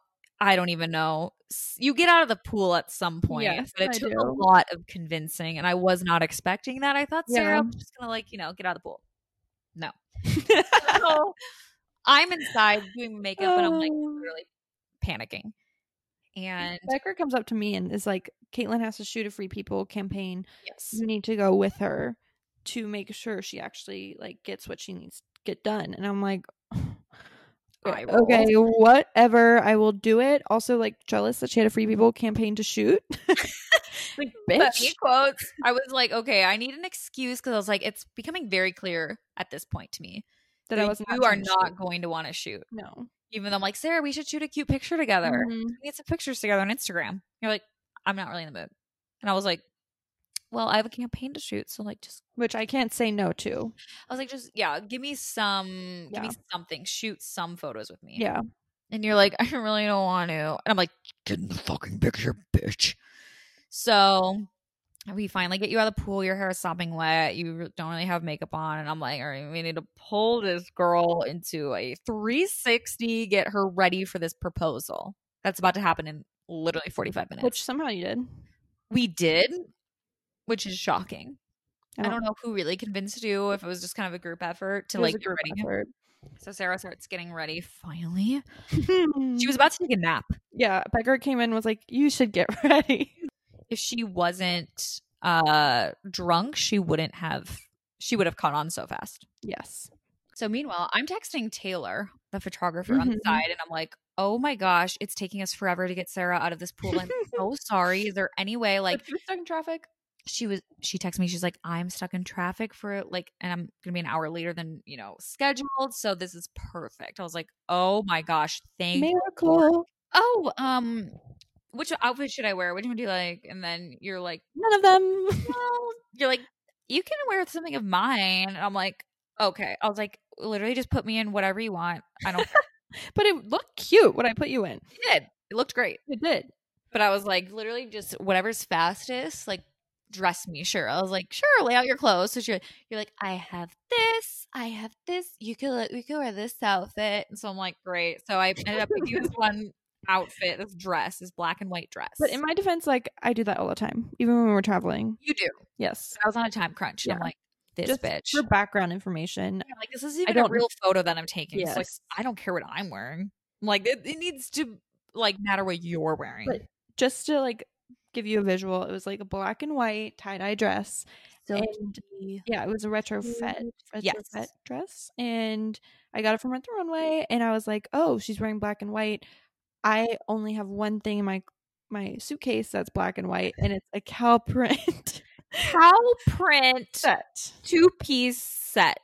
S1: I don't even know, s- you get out of the pool at some point.
S2: Yes,
S1: but it
S2: I
S1: took a
S2: do.
S1: lot of convincing, and I was not expecting that. I thought Sarah
S2: Yeah.
S1: was just going to, like, you know, get out of the pool.
S2: [laughs]
S1: No. So I'm inside doing makeup, and I'm like
S2: Oh.
S1: literally panicking. And
S2: Becker comes up to me and is like, Caitlin has to shoot a free people campaign.
S1: yes,
S2: You need to go with her to make sure she actually like gets what she needs to get done. And I'm like,
S1: I rolled.
S2: Eh, okay, whatever. I will do it. Also, like jealous that she had a free people campaign to shoot. [laughs] like, bitch.
S1: funny quotes. I was like, okay, I need an excuse because I was like, it's becoming very clear at this point to me
S2: That I was
S1: you are
S2: trying to
S1: not
S2: shoot.
S1: going to want to shoot.
S2: No.
S1: Even though I'm like, Sarah, we should shoot a cute picture together.
S2: Mhm.
S1: We get some pictures together on Instagram. You're like, I'm not really in the mood. And I was like, well, I have a campaign to shoot, so like, just
S2: Which I can't say no to.
S1: I was like, just yeah, give me some, give
S2: Yeah.
S1: me something, shoot some photos with me.
S2: Yeah.
S1: And you're like, [laughs] I really don't want to. And I'm like, get in the fucking picture, bitch. So we finally get you out of the pool. Your hair is sopping wet. You re- don't really have makeup on. And I'm like, all right, we need to pull this girl into a 360, get her ready for this proposal that's about to happen in literally 45 minutes.
S2: Which somehow you did.
S1: we did, which is shocking.
S2: I
S1: I
S2: don't-
S1: don't know who really convinced you, if it was just kind of a group effort to
S2: Oh. It was a
S1: like get
S2: group
S1: ready. [laughs]
S2: effort. Mm-hmm.
S1: So Sarah starts getting ready finally. She was about to take a nap.
S2: [laughs] Yeah, Becker came in and was like, "You should get [laughs] ready."
S1: if she wasn't uh drunk she wouldn't have she would have caught on so fast
S2: Yes.
S1: so meanwhile i'm texting taylor the photographer on the
S2: Mhm.
S1: side and i'm like oh my gosh it's taking us forever to get sarah out of this pool i'm so sorry is there any way like
S2: [laughs] she was stuck in traffic.
S1: she was she texted me she's like i'm stuck in traffic for like and i'm gonna be an hour later than you know scheduled so this is perfect i was like oh my gosh thank
S2: Miracle.
S1: oh um which outfit should i wear which one do you like and then you're like
S2: None of them. [laughs]
S1: well, you're like, you can wear something of mine. And I'm like, okay. I was like, literally just put me in whatever you want. I don't care.
S2: But it looked cute when I put you in.
S1: It did. [laughs] It looked great.
S2: It did.
S1: But I was like, literally just whatever's fastest, like dress me, sure. I was like, sure, lay out your clothes. So you're, you're like, I have this, I have this. You could look, we could wear this outfit. And so I'm like, great. So I ended up with [laughs] this one outfit, this dress, this black and white dress.
S2: But in my defense, like I do that all the time, even when we're traveling.
S1: you do.
S2: Yes.
S1: I was on a time crunch. And I'm
S2: Yeah.
S1: like, this
S2: Just
S1: bitch.
S2: For background information,
S1: I'm like this is even a
S2: don't-
S1: real photo that I'm taking. So like
S2: Yes.
S1: I don't care what I'm wearing. I'm Like it, it needs to like matter what you're wearing.
S2: But- just to like give you a visual, it was like a black and white tie dye dress. Mm-hmm. and yeah, it was a retrofit, retrofit
S1: Yes.
S2: dress, and I got it from Rent the Runway, and I was like, oh, she's wearing black and white. I only have one thing in my my suitcase that's black and white, and it's a cow [laughs] print
S1: cow print
S2: set
S1: two piece set.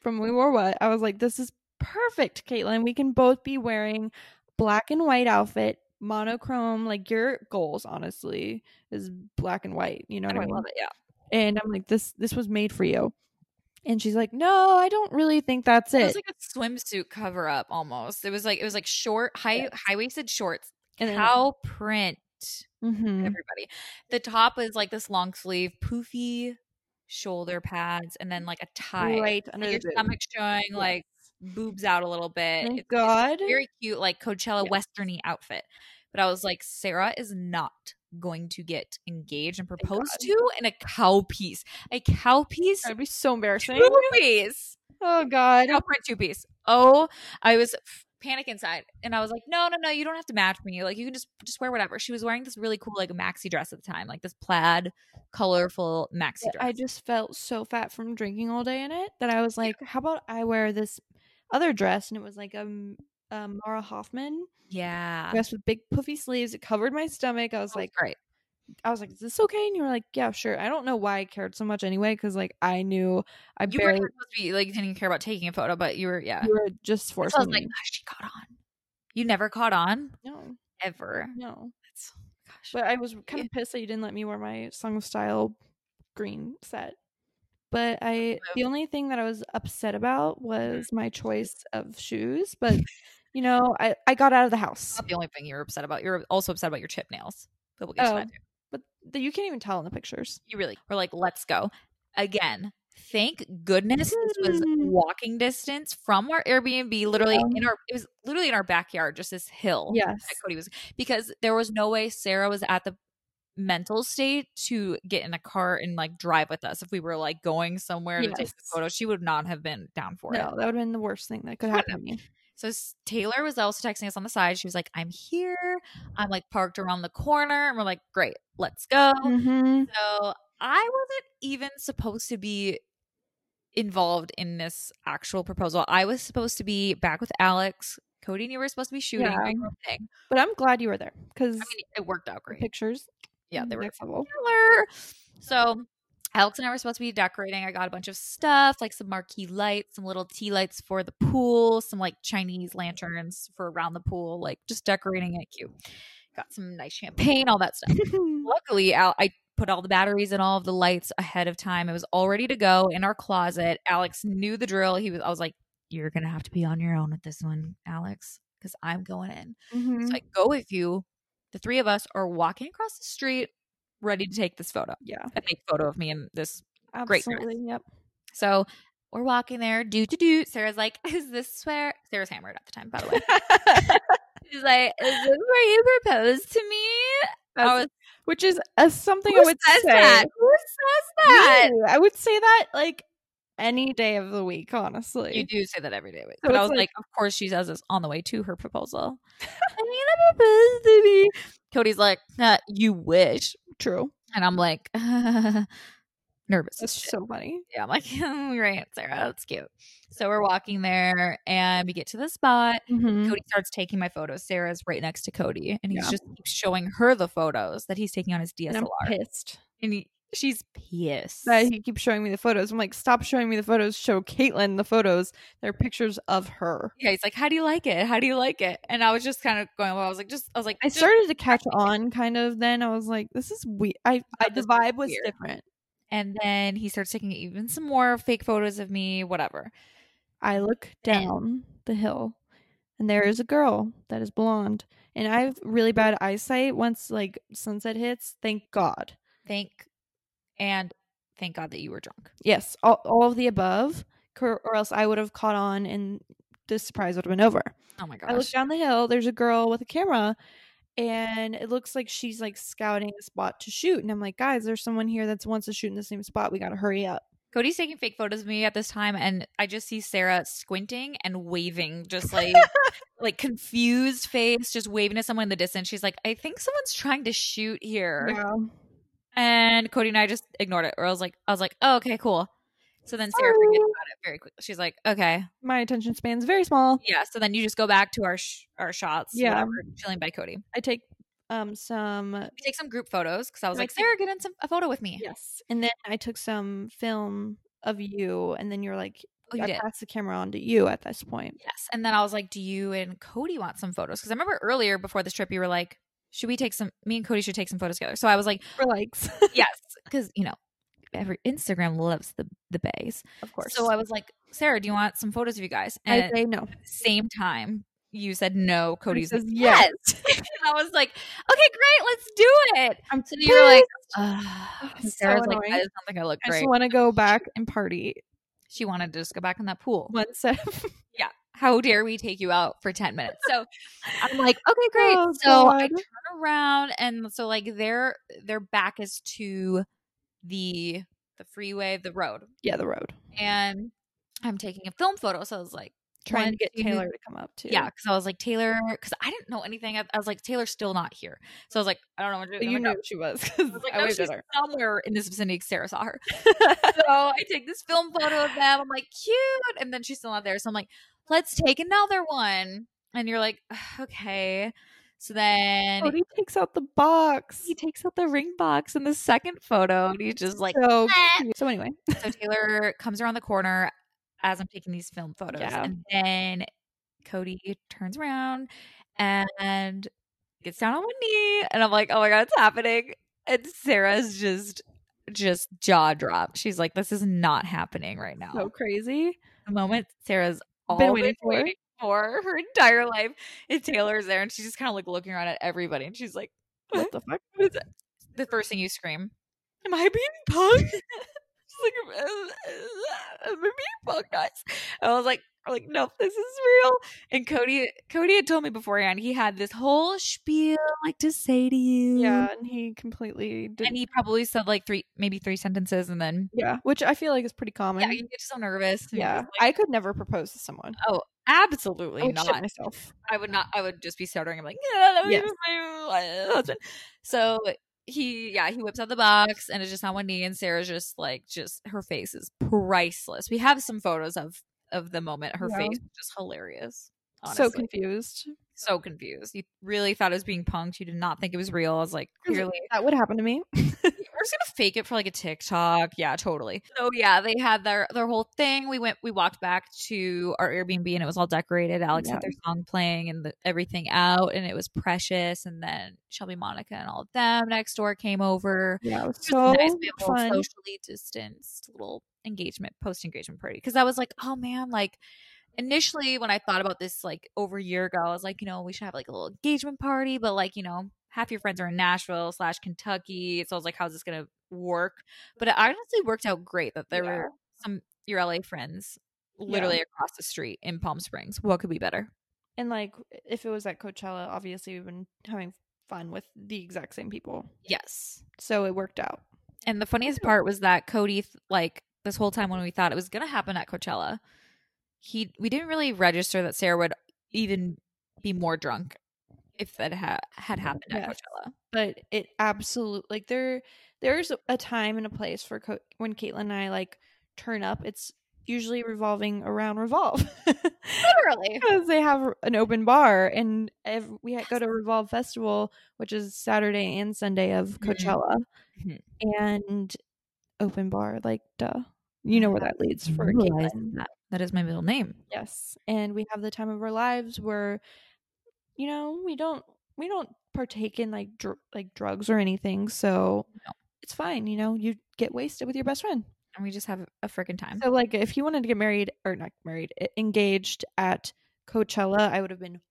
S2: from We Wore What. I was like, this is perfect, Caitlin. We can both be wearing black and white outfit. Monochrome, like your goals, honestly, is black and white. You know what I mean?
S1: Oh, it. Yeah.
S2: and I'm like, this this was made for you. And she's like, no, I don't really think that's
S1: It
S2: it.
S1: was like a swimsuit cover up almost. It was like it was like short high
S2: Yes.
S1: high waisted shorts.
S2: and then,
S1: cow print.
S2: Mhm.
S1: Everybody. The top is like this long sleeve, poofy shoulder pads, and then like a tie.
S2: right under
S1: Like, your
S2: the boob.
S1: stomach showing
S2: Yes.
S1: like boobs out a little bit. It's-
S2: Thank
S1: it's
S2: God.
S1: very cute, like Coachella
S2: Yes.
S1: westerny outfit. But I was like, Sarah is not going to get engaged and proposed to in a cow piece. A cow piece
S2: That'd be so embarrassing.
S1: two piece.
S2: Oh God.
S1: No, print two piece. Oh, I was f- panic inside, and I was like, no, no, no, you don't have to match me. Like you can just just wear whatever. She was wearing this really cool like maxi dress at the time, like this plaid, colorful maxi dress.
S2: I just felt so fat from drinking all day in it that I was like, how about I wear this other dress? And it was like a, m- a Mara Hoffman
S1: yeah, Oh.
S2: dress with big puffy sleeves. It covered my stomach. I was like,
S1: great.
S2: I was like, is this okay? And you were like, yeah, sure. I don't know why I cared so much anyway, because like I knew I
S1: You were
S2: barely
S1: supposed to be like you didn't care about taking a photo, but you were yeah.
S2: you were just
S1: So I was
S2: forcing
S1: like,
S2: me.
S1: gosh, she caught on. You never caught on
S2: No,
S1: ever.
S2: no.
S1: That's, gosh.
S2: But I was kind of pissed that you didn't let me wear my Song of Style green set. But
S1: Oh,
S2: I, the only thing that I was upset
S1: Mm-hmm.
S2: about was my choice of shoes. But you know, I I got out of the house.
S1: not the only thing you were upset about. You're also upset about your chip nails. But we'll get to
S2: Oh.
S1: that too.
S2: But the, you can't even tell in the pictures.
S1: You really were like, let's go. Again, thank goodness this was
S2: Mm.
S1: walking distance from our Airbnb, literally
S2: Yeah.
S1: in our it was literally in our backyard, just this hill
S2: Yes,
S1: that Cody was because there was no way Sarah was at the mental state to get in a car and like drive with us if we were like going somewhere to take the
S2: Yes.
S1: photo. She would not have been down for
S2: no,
S1: it.
S2: that would have been the worst thing that could
S1: Shut
S2: happen to me.
S1: So s- Taylor was also texting us on the side. She was like, I'm here. I'm like parked around the corner. And we're like, great, let's go.
S2: Mhm.
S1: So I wasn't even supposed to be involved in this actual proposal. I was supposed to be back with Alex. Cody and you were supposed to be shooting
S2: Yeah.
S1: doing your own thing.
S2: But I'm glad you were there because
S1: I mean, it worked out great.
S2: pictures. mm,
S1: Yeah, they were
S2: next level.
S1: Taylor. So Alex and I were supposed to be decorating. I got a bunch of stuff, like some marquee lights, some little tea lights for the pool, some like Chinese lanterns for around the pool, like just decorating it cute. Got some nice champagne, all that
S2: [laughs]
S1: stuff. Luckily, Al- I put all the batteries and all of the lights ahead of time. It was all ready to go in our closet. Alex knew the drill. He was. I was like, "You're gonna have to be on your own with this one, Alex, because I'm going in."
S2: Mhm.
S1: So I go with you. The three of us are walking across the street, ready
S2: Mm-hmm.
S1: to take this photo.
S2: yeah,
S1: A fake photo of me and this. great dress.
S2: absolutely.
S1: [laughs]
S2: Yep. [laughs]
S1: So we're walking there. Do do do. Sarah's like, [laughs] "Is this where?" Sarah's hammered at the time, by the way. She's like, "Is this where you proposed to me?" I
S2: That's-
S1: was,
S2: which is uh, something I
S1: "Who
S2: would
S1: says
S2: say.
S1: that? Who says that?"
S2: You. I would say that like any day of the week, honestly.
S1: You do say that every day,
S2: So
S1: but I
S2: it's
S1: was like,
S2: like-
S1: of course she says this on the way to her
S2: [laughs]
S1: proposal. I'm gonna propose to me. Cody's like, "Uh, "You wish,"
S2: True.
S1: and I'm like, [laughs] nervous. as
S2: [laughs] That's
S1: shit.
S2: so funny.
S1: Yeah, I'm like, [laughs] "Mm, great, Sarah, that's cute. So we're walking there and we get to the spot.
S2: Mm-hmm.
S1: Cody starts taking my photos. Sarah's right next to Cody and he's
S2: Yeah.
S1: just keeps showing her the photos that he's taking on his
S2: And I'm
S1: DSLR. And,
S2: pissed
S1: he, she's pissed.
S2: [laughs] that he keeps showing me the photos. I'm like, stop showing me the photos. Show Caitlin the photos. They're pictures of her.
S1: yeah, he's like, how do you like it? How do you like it? And I was just kind of going, well, I was like, just, I was like,
S2: I
S1: just-
S2: started to catch on, kind of. Then I was like, this is weird. I, I
S1: this
S2: the
S1: is
S2: vibe was
S1: weird.
S2: different.
S1: And then he starts taking even some more fake photos of me, whatever.
S2: I look
S1: And-
S2: down the hill and there is a girl that is blonde. And I have really bad eyesight once like sunset hits. Thank God.
S1: Thank, and thank God that you were drunk.
S2: Yes, all, all of the above, cor- or else I would have caught on and the surprise would have been over.
S1: Oh my gosh.
S2: I look down the hill, there's a girl with a camera, and it looks like she's like scouting a spot to shoot. And I'm like, guys, there's someone here that's wants to shoot in the same spot. We got to hurry up.
S1: Cody's taking fake photos of me at this time, and I just see Sarah squinting and waving, just
S2: [laughs]
S1: like like confused face, just waving to someone in the distance. She's like, "I think someone's trying to shoot here," and Cody and I just ignored it. Or I was like, "I was like, oh, okay, cool." So then Sarah forgets
S2: Oh.
S1: about it very quickly. She's like, "Okay,
S2: My attention span's very small.
S1: yeah." So then you just go back to our sh- our shots,
S2: Yeah.
S1: whatever, chilling by Cody.
S2: I take um some
S1: We take some group photos because I was
S2: I
S1: like,
S2: think-
S1: "Sarah, get in some a photo with me."
S2: yes, and then I took some film of you, and then you're like,
S1: Oh, you
S2: I
S1: did.
S2: passed the camera on to you at this point.
S1: Yes. And then I was like, Do you and Cody want some photos? Because I remember earlier before this trip, you were like, Should we take some, me and Cody should take some photos together. So I was [laughs] like,
S2: For likes, [laughs]
S1: Yes. Because, you know, every Instagram loves the, the bays.
S2: of course.
S1: So I was like, Sarah, do you want some photos of you guys? And
S2: I
S1: at
S2: say no.
S1: the same time, you said no. Cody's
S2: says
S1: like,
S2: yes.
S1: [laughs] and I was like, Okay, great. Let's do it.
S2: I'm
S1: So you were like,
S2: Ugh,
S1: [sighs] Ugh. And
S2: so
S1: Sarah's like,
S2: annoying.
S1: I just don't think I look
S2: I just
S1: great.
S2: want to go back and party
S1: she wanted to just go back in that pool.
S2: one set.
S1: How dare we take you out for 10 minutes? So [laughs] I'm like, okay, great.
S2: Oh,
S1: so I
S2: God.
S1: turn around and so like their their back is to the the freeway, the road.
S2: yeah, the road.
S1: And I'm taking a film photo. So I was like,
S2: Trying
S1: One,
S2: to get
S1: two,
S2: Taylor to come up too.
S1: yeah, because I was like, Taylor, because I didn't know anything. I, I was like, Taylor's still not here. So I was like, I don't know what to do.
S2: But
S1: I'm
S2: you
S1: like,
S2: knew she was. 'cause
S1: I was like,
S2: I
S1: no,
S2: waved
S1: she's
S2: at her.
S1: somewhere in this vicinity. 'cause Sarah [laughs] saw her. so I take this film photo of them. I'm like, cute. And then she's still not there. So I'm like, let's take another one. And you're like, "Ugh, okay. So then
S2: Cody Oh, takes out the box.
S1: Oh, he takes out the ring box in the second photo and he's just like, [laughs]
S2: so,
S1: "Eh."
S2: cute. so anyway,
S1: so Taylor comes around the corner as I'm taking these film photos.
S2: Yeah.
S1: And then Cody turns around and gets down on one knee. And I'm like, oh my God, it's happening. And Sarah's just just jaw dropped. She's like, this is not happening right now.
S2: so crazy.
S1: The moment Sarah's all
S2: Been
S1: been
S2: waiting for.
S1: waiting for her entire life. And Taylor's there and she's just kind of like looking around at everybody and she's like,
S2: What the fuck?
S1: what [laughs] is it? The first thing you scream, am I being punked? She's like, "Uh, am I being punked, guys? And I was like, I'm like, nope, this is real. And Cody, Cody had told me beforehand he had this whole spiel like to say to you.
S2: Yeah,
S1: [laughs]
S2: and he completely did.
S1: And he probably said like three, maybe three sentences, and then
S2: yeah, which I feel like is pretty common.
S1: yeah, you get so nervous. and you're
S2: Yeah,
S1: just like, Oh,
S2: I could never propose to someone.
S1: absolutely
S2: I would shit
S1: not.
S2: myself.
S1: I would not. I would just be stuttering. I'm like, yeah, that was
S2: Yes.
S1: my husband. So he, yeah, he whips out the box, and it's just on one knee, and Sarah's just like, just her face is priceless. We have some photos of of the moment. Her
S2: Yeah.
S1: face was just hilarious.
S2: So
S1: Honestly. So
S2: confused.
S1: so confused. You really thought it was being punked. You did not think it was real. I was like,
S2: 'Cause
S1: clearly,
S2: That would happen to me.
S1: we're just gonna fake it for like a TikTok. Yeah, totally. So yeah, they had their their whole thing. We went, we walked back to our Airbnb, and it was all decorated. Alex
S2: Yeah.
S1: had their song playing and the, everything out, and it was precious. And then Shelby, Monica, and all of them next door came over.
S2: Yeah, it was
S1: It was
S2: so
S1: nice. We had a little
S2: fun.
S1: socially distanced little engagement, post engagement party. Because I was like, oh man, like initially when I thought about this like over a year ago, I was like, you know, we should have like a little engagement party, but like, you know, half your friends are in Nashville slash Kentucky. So I was like, how's this gonna work? But it honestly worked out great that there
S2: Yeah.
S1: were some your LA friends literally across the street in Palm Springs. What could be better?
S2: And like, if it was at Coachella, obviously we've been having fun with the exact same people,
S1: Yes.
S2: so it worked out.
S1: And the funniest part was that Cody, th- like this whole time when we thought it was gonna happen at Coachella, he we didn't really register that Sarah would even be more drunk if that ha- had happened at
S2: Yes.
S1: Coachella.
S2: But it absolutely like there, there's a time and a place for Co- when Caitlin and I like turn up. It's usually revolving around revolve. [laughs]
S1: Literally,
S2: because they have an open bar and ev- we had- go to revolve festival which is saturday and sunday of
S1: Mhm.
S2: coachella
S1: Mhm.
S2: and open bar like duh you know where that leads for Caitlin.
S1: that. That is my middle name.
S2: yes and we have the time of our lives where you know we don't we don't partake in like dr- like drugs or anything so
S1: No.
S2: it's fine you know you get wasted with your best friend
S1: And we just have a freaking time.
S2: so, like, if you wanted to get married or not married, e- engaged at Coachella, I would have been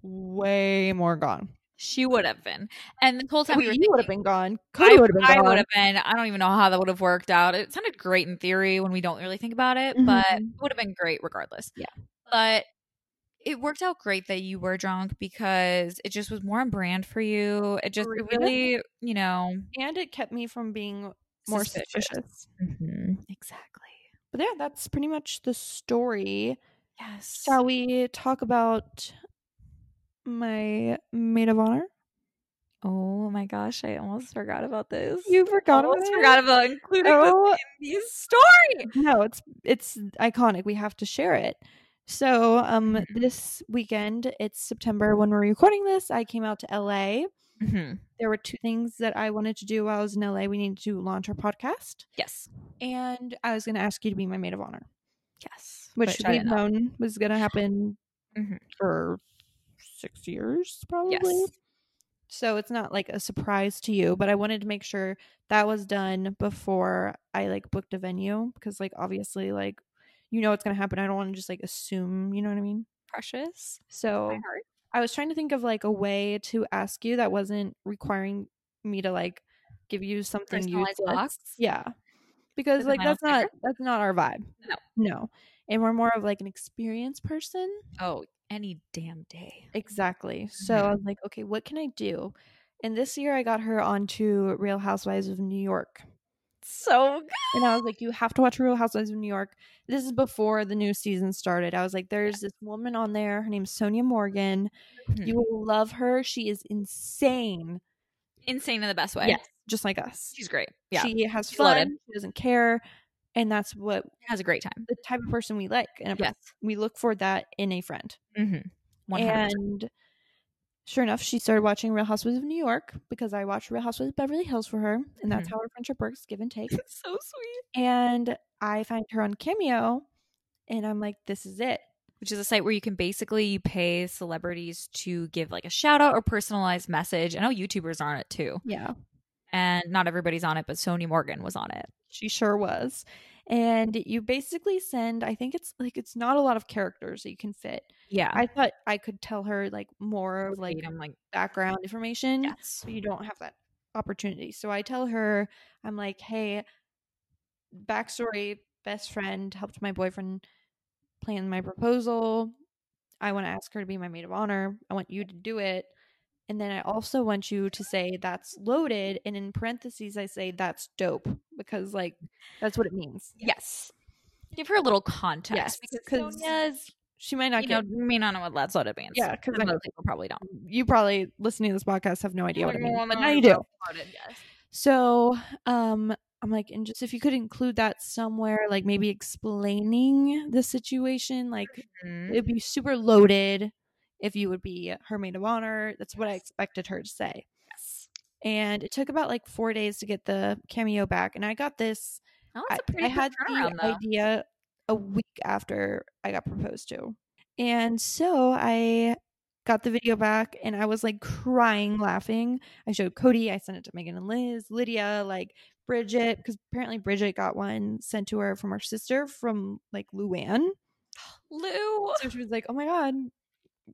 S2: way more gone.
S1: she would have been, and the whole time we were
S2: you would have
S1: thinking-
S2: been gone.
S1: I,
S2: Cody would have been
S1: I
S2: gone.
S1: would have been. I don't even know how that would have worked out. It sounded great in theory when we don't really think about it, but it
S2: Mhm.
S1: would have been great regardless.
S2: Yeah.
S1: But it worked out great that you were drunk because it just was more on brand for you. It just it
S2: Yeah.
S1: really, you know,
S2: and it kept me from being more suspicious. Mm-hmm.
S1: Exactly.
S2: But yeah, that's pretty much the story.
S1: Yes.
S2: Shall we talk about my maid of honor?
S1: oh my gosh, I almost forgot about this.
S2: You Oh, forgot [laughs] about
S1: almost
S2: it?
S1: forgot about including
S2: Oh,
S1: this in [laughs] the story.
S2: no, it's it's iconic. We have to share it. So, um, this weekend, it's September when we're recording this. I came out to LA.
S1: Mhm.
S2: there were two things that I wanted to do while I was in LA. We needed to launch our podcast,
S1: Yes.
S2: and I was going to ask you to be my maid of honor,
S1: Yes.
S2: which
S1: But I
S2: we've
S1: did not.
S2: known was going to [sighs] happen Mm-hmm.
S1: Mhm.
S2: for six years, probably.
S1: Yes.
S2: So it's not like a surprise to you, but I wanted to make sure that was done before I like booked a venue because, like, obviously, like you know what's going to happen. I don't want to just like assume. You know what I mean?
S1: Precious.
S2: So I was trying to think of like a way to ask you that wasn't requiring me to like give you something
S1: Personalized
S2: useless.
S1: box.
S2: Yeah. Because
S1: Doesn't
S2: like
S1: mine
S2: that's
S1: look
S2: not
S1: different?
S2: that's not our vibe.
S1: No.
S2: No. and we're more of like an experienced person.
S1: Oh, any damn day.
S2: Exactly. So
S1: Mm-hmm.
S2: I was like, okay, what can I do? And this year I got her onto Real Housewives of New York.
S1: So good.
S2: And I was like, you have to watch Real Housewives of New York. This is before the new season started. I was like, there's this woman on there. Her name's Sonia Morgan.
S1: Mm-hmm.
S2: You will love her. She is insane,
S1: Insane in the best way.
S2: Yes. just like us.
S1: She's great. Yeah. She
S2: She has
S1: She's loaded.
S2: fun. She doesn't care. And that's what
S1: has a great time.
S2: the type of person we like. And a per-
S1: Yes.
S2: we look for that in a friend.
S1: Mm-hmm. 100
S2: And sure enough, she started watching Real Housewives of New York because I watched Real Housewives of Beverly Hills for her. And that's how our friendship works give
S1: [laughs]
S2: and take.
S1: So sweet.
S2: and I find her on Cameo. And I'm like, this is it.
S1: Which is a site where you can basically you pay celebrities to give like a shout out or personalized message. I know YouTubers are on it too.
S2: Yeah.
S1: And not everybody's on it, but Sony Morgan was on it.
S2: She sure was. And you basically send, I think it's like, it's not a lot of characters that you can fit.
S1: Yeah.
S2: I thought I could tell her like more of like
S1: like Mm-hmm. I'm like
S2: background information.
S1: yes.
S2: but you don't have that opportunity. So I tell her, I'm like, hey, backstory best friend helped my boyfriend plan my proposal. I want to ask her to be my maid of honor. I want you to do it. And then I also want you to say that's loaded. And in parentheses, I say that's dope because, like, that's what it means.
S1: Yes. Give her a little context
S2: Yes,
S1: because
S2: 'cause
S1: Sonia's
S2: She might not
S1: you know
S2: get.
S1: may not know what that's what it means.
S2: Yeah, 'cause
S1: And
S2: I-
S1: most people probably don't.
S2: you probably listening to this podcast have no idea what it means, but
S1: No,
S2: now you
S1: it's
S2: do.
S1: not about it, yes.
S2: So, um, I'm like, and just if you could include that somewhere, like maybe explaining the situation, like
S1: Mhm.
S2: it'd be super loaded if you would be her maid of honor. That's what I expected her to say.
S1: Yes.
S2: And it took about like four days to get the cameo back. And I got this,
S1: Oh,
S2: I,
S1: that's a pretty
S2: I had
S1: quick
S2: the
S1: turnaround, though.
S2: idea a week after I got proposed to. And so I got the video back and I was like crying, laughing. I showed Cody, I sent it to Megan and Liz, Lydia, like Bridget, because apparently Bridget got one sent to her from her sister from like Luann.
S1: Lou.
S2: So she was like, oh my God,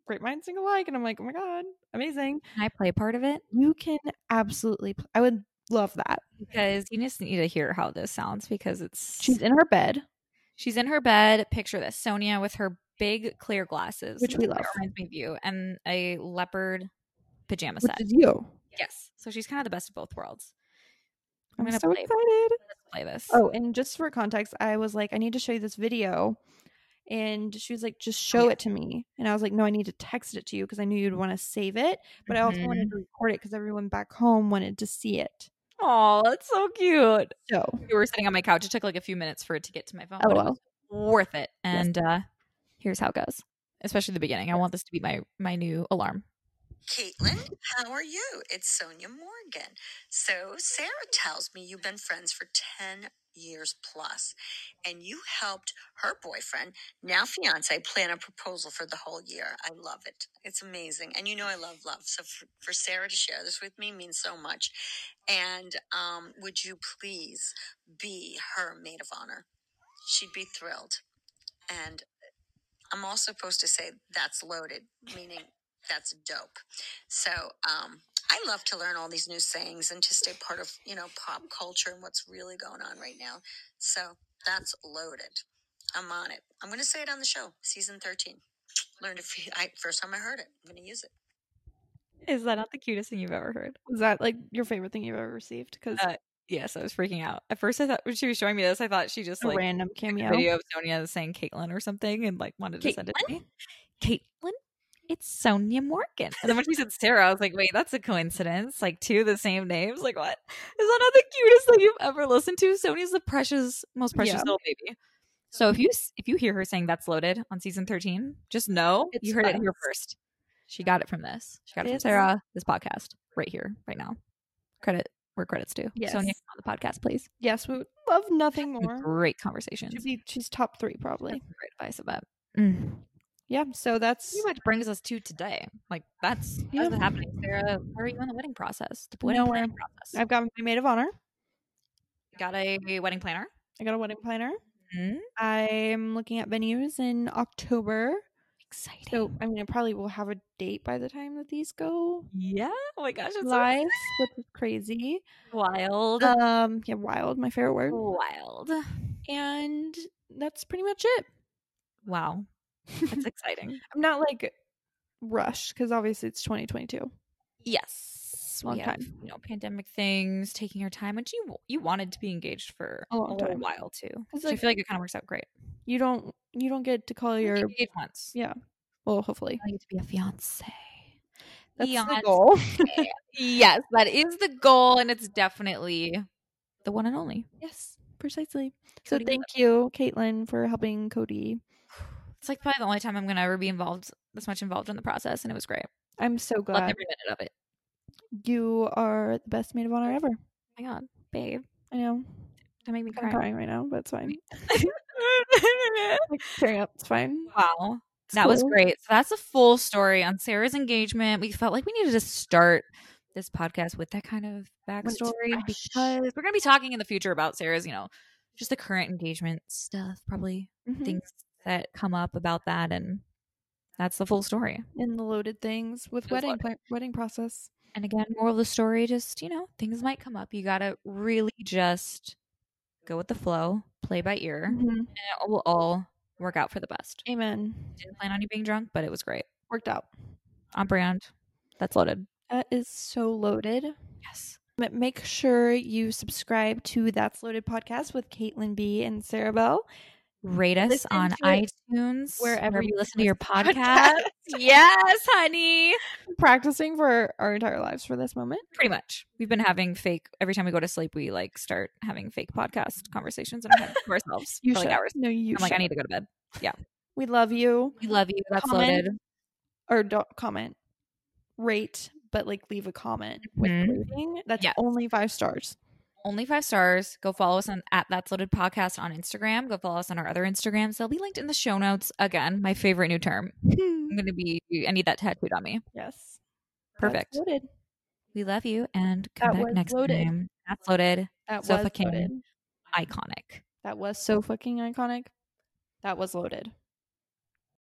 S2: great minds think alike. And I'm like, oh my God, amazing.
S1: Can I play part of it?
S2: You can absolutely, pl- I would love that.
S1: Because you just need to hear how this sounds because it's
S2: She's in her bed.
S1: she's in her bed. Picture this Sonia with her big clear glasses.
S2: Which we love.
S1: Reminds me of you. And a leopard pajama
S2: Which
S1: set.
S2: is you.
S1: yes. So she's kind of the best of both worlds. I'm
S2: I'm,
S1: gonna
S2: so
S1: play-
S2: excited.
S1: Let's play this.
S2: Oh, and just for context, I was like, I need to show you this video. And she was like, just show
S1: yeah.
S2: it to me. And I was like, no, I need to text it to you because I knew you'd want to save it. But I also wanted
S1: Mm-hmm.
S2: to record it because everyone back home wanted to see it.
S1: Oh, that's so cute.
S2: So,
S1: We were sitting on my couch. It took like a few minutes for it to get to my phone. but it
S2: LOL.
S1: was worth it.
S2: Yes.
S1: And uh Oh, here's how it goes. Especially the beginning. I want this to be my my new alarm.
S4: Caitlin, how are you? It's Sonia Morgan. So, Sarah tells me you've been friends for 10 years plus, and you helped her boyfriend, now fiance, plan a proposal for the whole year. I love it. It's amazing. And you know, I love love. So, for, for Sarah to share this with me means so much. And um, would you please be her maid of honor? She'd be thrilled. And I'm also supposed to say that's loaded, meaning that's dope. So um, I love to learn all these new sayings and to stay part of you know pop culture and what's really going on right now. So that's loaded. I'm on it. I'm going to say it on the show, season 13. Learned it f- I, first time I heard it. I'm going to use it.
S1: Is that not the cutest thing you've ever heard?
S2: was that like your favorite thing you've ever received? Because
S1: Uh, Yes, I was freaking out. At first, I thought when she was showing me this, I thought she just
S2: a
S1: like
S2: random cameo.
S1: video of Sonia saying Caitlin or something and like wanted to send it to me. Caitlin, it's Sonia Morgan. And then when she said Sarah, I was like, wait, that's a coincidence. Like two of the same names. Like what? Is that not the cutest thing you've ever listened to? Sonia's the precious, most precious
S2: Yeah.
S1: little baby. So if you s- if you hear her saying that's loaded on season thirteen, just know
S2: It's
S1: you heard it here
S2: us.
S1: first. She got it from this. She got it from
S2: It's-
S1: Sarah. This podcast right here, right now. Credit where credits due.
S2: Yes.
S1: Sonia on the podcast, please.
S2: Yes, we would love nothing
S1: [laughs]
S2: more.
S1: Great conversations.
S2: She'd be, she's top three, probably.
S1: That's some great advice about. Mm.
S2: Yeah. So that's
S1: Pretty much brings us to today. Like that's
S2: Yeah.
S1: that's happening, Sarah. Where are you in the wedding process? The wedding
S2: Nowhere.
S1: planning process.
S2: I've got my maid of honor.
S1: got a wedding planner.
S2: I got a wedding planner.
S1: Mhm.
S2: I'm looking at venues in October.
S1: Exciting.
S2: So I mean, I probably will have a date by the time that these go
S1: yeah. Oh my gosh, it's so
S2: live, which is crazy.
S1: wild. [laughs]
S2: Um, yeah, wild, my favorite word.
S1: wild.
S2: And that's pretty much it.
S1: Wow. That's exciting.
S2: I'm not like rushed because obviously it's 2022.
S1: Yes.
S2: Long
S1: we have,
S2: time.
S1: You know, pandemic things, taking your time, which you you wanted to be engaged for
S2: A long
S1: little
S2: time.
S1: while too.
S2: It's
S1: So I
S2: like-
S1: feel like it kind of works out great.
S2: You don't you don't get to call
S1: You're
S2: your
S1: engaged once.
S2: yeah. Well, hopefully
S1: I get to be a fiance.
S2: that's
S1: Fiance.
S2: the goal. [laughs]
S1: Yes, that is the goal, and it's definitely the one and only.
S2: yes, precisely. So
S1: Cody,
S2: thank you, Caitlin, for helping Cody.
S1: It's like probably the only time I'm gonna ever be involved this much involved in the process, and it was great.
S2: I'm so
S1: Loved
S2: glad
S1: every minute of it.
S2: you are the best maid of honor ever.
S1: Oh my God, babe,
S2: I know
S1: that made me
S2: I'm
S1: cry.
S2: crying right now, but it's fine. [laughs] Like, tearing up, it's fine.
S1: [laughs] wow,
S2: It's
S1: that was
S2: cool.
S1: great. So that's a full story on Sarah's engagement. We felt like we needed to start this podcast with that kind of
S2: it's
S1: backstory
S2: fresh.
S1: because we're gonna be talking in the future about Sarah's, you know, just the current engagement stuff, probably
S2: Mhm.
S1: things that come up about that, and that's the full story.
S2: and the loaded things with
S1: With
S2: wedding
S1: loaded.
S2: pla- wedding process.
S1: And again, moral of the story, just, you know, things might come up. You got to really just go with the flow, play by ear, and it will all work out for the best.
S2: Amen.
S1: Didn't plan on you being drunk, but it was great.
S2: Worked out.
S1: On brand. That's loaded.
S2: That is so loaded.
S1: Yes.
S2: M- Make sure you subscribe to That's Loaded podcast with Caitlin B and Sarah Bell.
S1: Rate us
S2: Listen
S1: on
S2: to it
S1: iTunes,
S2: wherever
S1: you
S2: you
S1: listen to your
S2: listen to
S1: podcast. [laughs] yes, honey.
S2: [laughs] Practicing for our entire lives for this moment.
S1: Pretty much. We've been having fake, every time we go to sleep, we like start having fake podcast conversations and having to ourselves
S2: You
S1: for
S2: should.
S1: like hours.
S2: No, you
S1: I'm like, I
S2: should.
S1: need to go to bed.
S2: we love you.
S1: We love you. That's
S2: Comment.
S1: loaded.
S2: Or don't comment, rate, but like leave a comment with
S1: Mhm.
S2: the rating. That's
S1: Yes.
S2: only
S1: [laughs]
S2: five stars.
S1: only five stars. Go follow us on at That's Loaded Podcast on Instagram. Go follow us on our other Instagrams. They'll be linked in the show notes. Again, my favorite new term. I'm gonna be. I need that tattooed on me.
S2: yes. That's
S1: Perfect.
S2: loaded.
S1: We love you and come
S2: That
S1: back
S2: was
S1: next
S2: loaded.
S1: time. That's loaded.
S2: That
S1: So
S2: was
S1: fucking-
S2: loaded.
S1: Iconic.
S2: That was so fucking iconic. That was loaded.